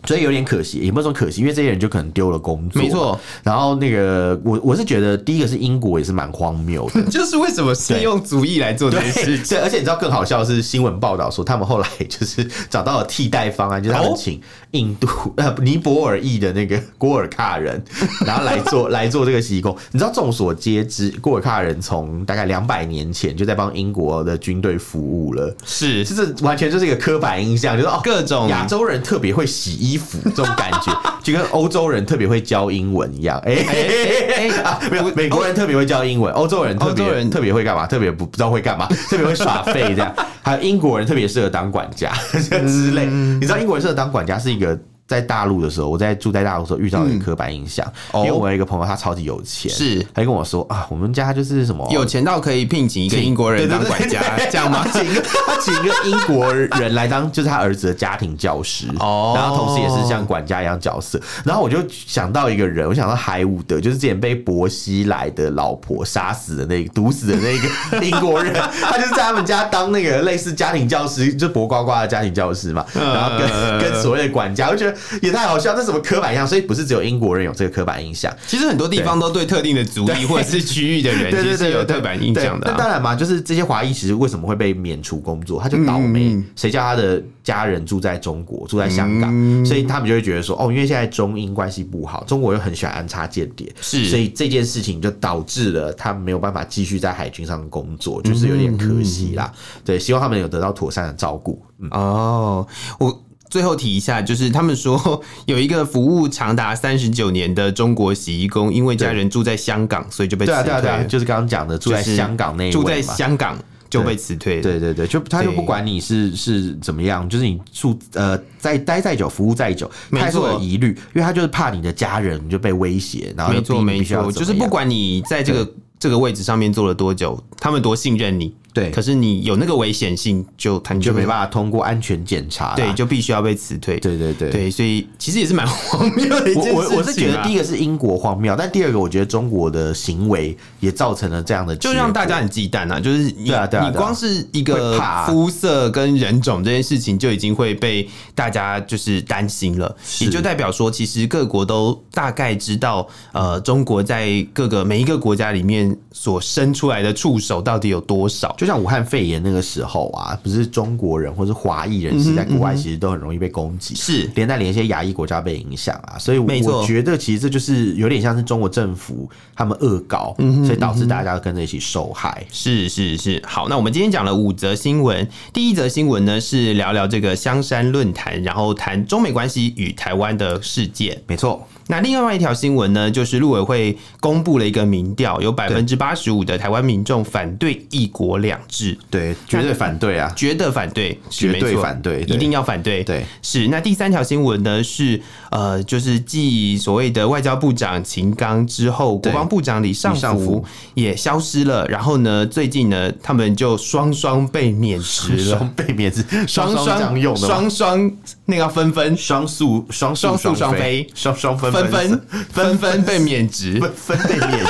Speaker 1: 所以有点可惜，也不是说可惜，因为这些人就可能丢了工作。
Speaker 2: 没错，
Speaker 1: 然后那个我我是觉得，第一个是英国也是蛮荒谬的，
Speaker 2: 就是为什么是用族裔来做这件事
Speaker 1: 对，
Speaker 2: 情？
Speaker 1: 对，而且你知道更好笑的是，新闻报道说他们后来就是找到了替代方案，就是他们
Speaker 2: 哦
Speaker 1: 请印度呃尼泊尔裔的那个郭尔喀 人，然后来做来做这个洗工。你知道众所皆知，郭尔喀人从大概两百年前就在帮英国的军队服务了。
Speaker 2: 是
Speaker 1: 这 是完全就是一个刻板印象，就是哦，
Speaker 2: 各种
Speaker 1: 亚洲人特别会洗衣服 这种感觉，就跟欧洲人特别会教英文一样。哎、
Speaker 2: 哎哎
Speaker 1: 啊， 没有，美国人特别会教英文，欧洲人特别
Speaker 2: 欧洲人
Speaker 1: 特别会干嘛？特别不不知道会干嘛，特别会耍废这 样。还有英国人特别适合当管家 之类。
Speaker 2: 嗯
Speaker 1: 你知道英国人适合当管家是一个。在大陆的时候，我在住在大陆的时候遇到一个刻板印象，
Speaker 2: 哦
Speaker 1: 因为我有一个朋友，他超级有钱，
Speaker 2: 是
Speaker 1: 他就跟我说啊，我们家就是什么
Speaker 2: 有钱到可以聘请一个英国人当管家，
Speaker 1: 对对对对
Speaker 2: 这样吗？
Speaker 1: 他请一个他请一个英国人来当，就是他儿子的家庭教师，
Speaker 2: 哦
Speaker 1: 然后同时也是像管家一样角色。然后我就想到一个人，我想到海伍德，就是之前被薄熙来的老婆杀死的那个、毒死的那个 英国人，他就是在他们家当那个类似家庭教师，就薄瓜瓜的家庭教师嘛，
Speaker 2: 嗯
Speaker 1: 然后跟跟所谓的管家，我觉得也太好笑，这什么刻板印象？所以不是只有英国人有这个刻板印象，
Speaker 2: 其实很多地方都对特定的族裔或者是区域的人，
Speaker 1: 对
Speaker 2: 其
Speaker 1: 对
Speaker 2: 实
Speaker 1: 对，
Speaker 2: 是有
Speaker 1: 对
Speaker 2: 刻板印象的
Speaker 1: 对那
Speaker 2: 啊。
Speaker 1: 当然嘛，就是这些华裔其实为什么会被免除工作，他就倒霉，谁叫他的家人住在中国，住在香港，所以他们就会觉得说，哦，因为现在中英关系不好，中国又很喜欢安插间谍，
Speaker 2: 是
Speaker 1: 所以这件事情就导致了他们没有办法继续在海军上工作，就是有点可惜啦。对，希望他们有得到妥善的照顾。
Speaker 2: 哦，我。最后提一下，就是他们说 有一个服务长达三十九年的中国洗衣工，因为家人住在香港，所以就被辞
Speaker 1: 对啊，
Speaker 2: 退
Speaker 1: 对啊，对啊，
Speaker 2: 了。
Speaker 1: 就是刚刚讲的，住在
Speaker 2: 就是
Speaker 1: 香港那一
Speaker 2: 住在
Speaker 1: 位嘛。
Speaker 2: 香港就被辞退了。
Speaker 1: 对对对，就他就
Speaker 2: 对
Speaker 1: 不管你是是怎么样，就是你住呃在待再久，服务再久，
Speaker 2: 没
Speaker 1: 他还是会有
Speaker 2: 错
Speaker 1: 疑虑，因为他就是怕你的家人就被威胁，然后
Speaker 2: 没
Speaker 1: 就
Speaker 2: 错
Speaker 1: 逼你
Speaker 2: 没
Speaker 1: 必须要
Speaker 2: 错，
Speaker 1: 怎
Speaker 2: 就是
Speaker 1: 么
Speaker 2: 不
Speaker 1: 样
Speaker 2: 管你在这个这个位置上面做了多久，他们多信任你，
Speaker 1: 对
Speaker 2: 可是你有那个危险性，就他们
Speaker 1: 就没
Speaker 2: 法，
Speaker 1: 办法通过安全检查啦，
Speaker 2: 对，就必须要被辞退。
Speaker 1: 对对对。
Speaker 2: 对，所以其实也是蛮荒谬的一件
Speaker 1: 我
Speaker 2: 事情啊、
Speaker 1: 我我是觉得第一个是英国荒谬，但第二个我觉得中国的行为也造成了这样的结
Speaker 2: 就
Speaker 1: 果，
Speaker 2: 让大家很忌惮啊，就是你
Speaker 1: 对啊对啊对啊
Speaker 2: 你光是一
Speaker 1: 会
Speaker 2: 个
Speaker 1: 怕啊
Speaker 2: 肤色跟人种这件事情就已经会被大家就是担心了，也就代表说，其实各国都大概知道，呃，中国在各个每一个国家里面所伸出来的触手到底有多少。
Speaker 1: 就像武汉肺炎那个时候啊，不是中国人或是华裔
Speaker 2: 嗯
Speaker 1: 人士在国外其实都很容易被攻击，
Speaker 2: 是
Speaker 1: 连带连一些亚裔国家被影响啊，所以
Speaker 2: 没错
Speaker 1: 我觉得其实这就是有点像是中国政府他们恶搞，
Speaker 2: 嗯
Speaker 1: 所以导致大家跟着一起受害。
Speaker 2: 是是是，好，那我们今天讲了五则新闻。第一则新闻呢是聊聊这个香山论坛，然后谈中美关系与台湾的世界。
Speaker 1: 没错，
Speaker 2: 那另外一条新闻呢，就是陆委会公布了一个民调，有百分之八十五的台湾民众反对“一国两制
Speaker 1: 对，绝对反对啊”，！
Speaker 2: 觉得反对，是
Speaker 1: 绝
Speaker 2: 没错
Speaker 1: 对反对对
Speaker 2: 一定要反对，
Speaker 1: 对，
Speaker 2: 是。那第三条新闻呢是呃，就是继所谓的外交部长秦刚之后，
Speaker 1: 对
Speaker 2: 国防部长李尚
Speaker 1: 李尚
Speaker 2: 福
Speaker 1: 福
Speaker 2: 也消失了。然后呢，最近呢，他们就双双被免职了
Speaker 1: 双。倍免是双
Speaker 2: 双
Speaker 1: 双
Speaker 2: 双
Speaker 1: 相用的吗
Speaker 2: 双双那个纷纷
Speaker 1: 双宿双
Speaker 2: 双宿双
Speaker 1: 飞
Speaker 2: 飞
Speaker 1: 双双纷
Speaker 2: 纷纷
Speaker 1: 纷
Speaker 2: 纷纷被免职，
Speaker 1: 纷纷被 免。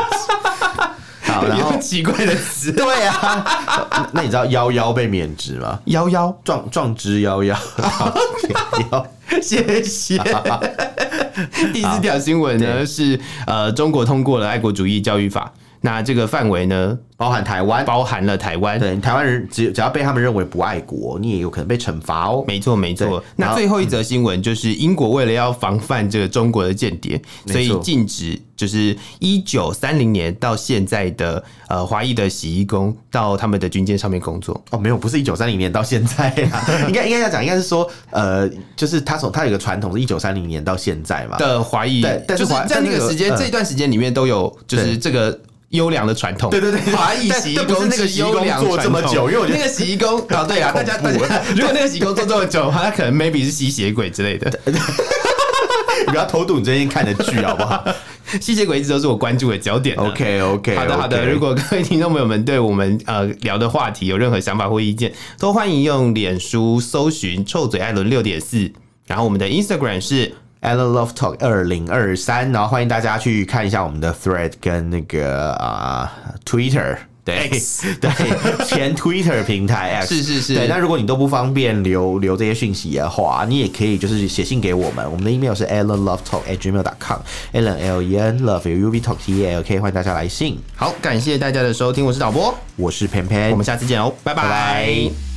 Speaker 1: 好，然后
Speaker 2: 有奇怪的词，
Speaker 1: 对啊，那那你知道幺幺被免职吗？
Speaker 2: 幺幺，
Speaker 1: 壮壮之幺 幺，幺
Speaker 2: 谢 谢。第四条新闻呢是呃，中国通过了爱国主义教育法，那这个范围呢
Speaker 1: 包含台湾。
Speaker 2: 包含了台湾。
Speaker 1: 对，台湾人只只要被他们认为不爱国，你也有可能被惩罚哦。
Speaker 2: 没错，没
Speaker 1: 对
Speaker 2: 错。
Speaker 1: 然
Speaker 2: 那
Speaker 1: 后
Speaker 2: 最后一则新闻就是英国为了要防范这个中国的间谍，
Speaker 1: 没错
Speaker 2: 所以禁止就是一九三零年到现在的呃华裔的洗衣工到他们的军舰上面工作。
Speaker 1: 哦，没有，不是一九三零年到现在啊 啦，应该应该要讲，应该是说，呃，就是他从他有一个传统是一九三零年到现在嘛，
Speaker 2: 的华裔
Speaker 1: 对，但
Speaker 2: 就是是
Speaker 1: 华
Speaker 2: 在那
Speaker 1: 但那
Speaker 2: 个
Speaker 1: 个
Speaker 2: 时间
Speaker 1: 嗯
Speaker 2: 这一段时间里面都有，就是
Speaker 1: 对
Speaker 2: 这个。优良的传统，
Speaker 1: 对对对对
Speaker 2: 华裔
Speaker 1: 但
Speaker 2: 洗衣
Speaker 1: 但不
Speaker 2: 工
Speaker 1: 是那个洗衣工
Speaker 2: 优良
Speaker 1: 做这么
Speaker 2: 传统
Speaker 1: 久因为我觉得
Speaker 2: 那个洗衣工啊，对啊，大家大
Speaker 1: 恐怖
Speaker 2: 家， 如果那个洗衣工做这么久的话，他可能 maybe 是吸血鬼之类的。
Speaker 1: 你不要偷渡你最近看的剧好不 好
Speaker 2: 吸血鬼一直都是我关注的焦点啊。
Speaker 1: ？OK OK，
Speaker 2: 好的好的，如果各位听众朋友们对我们呃聊的话题有任何想法或意见，都欢迎用脸书搜寻“臭嘴艾伦六点四”，然后我们的 Instagram 是
Speaker 1: Alan Love Talk 二零二三，然后欢迎大家去看一下我们的 Thread 跟那个啊、Twitter。对
Speaker 2: X
Speaker 1: 对，前 Twitter 平台 X
Speaker 2: 是是是
Speaker 1: 对，那如果你都不方便留留这些讯息的话，你也可以就是写信给我们，我们的 email 是 alan love talk at gmail dot com，alan l e n love u v talk t a l k，欢迎大家来信，
Speaker 2: 好，感谢大家的收听，我是导播，
Speaker 1: 我是偏偏，
Speaker 2: 我们下次见哦，拜
Speaker 1: 拜拜
Speaker 2: 拜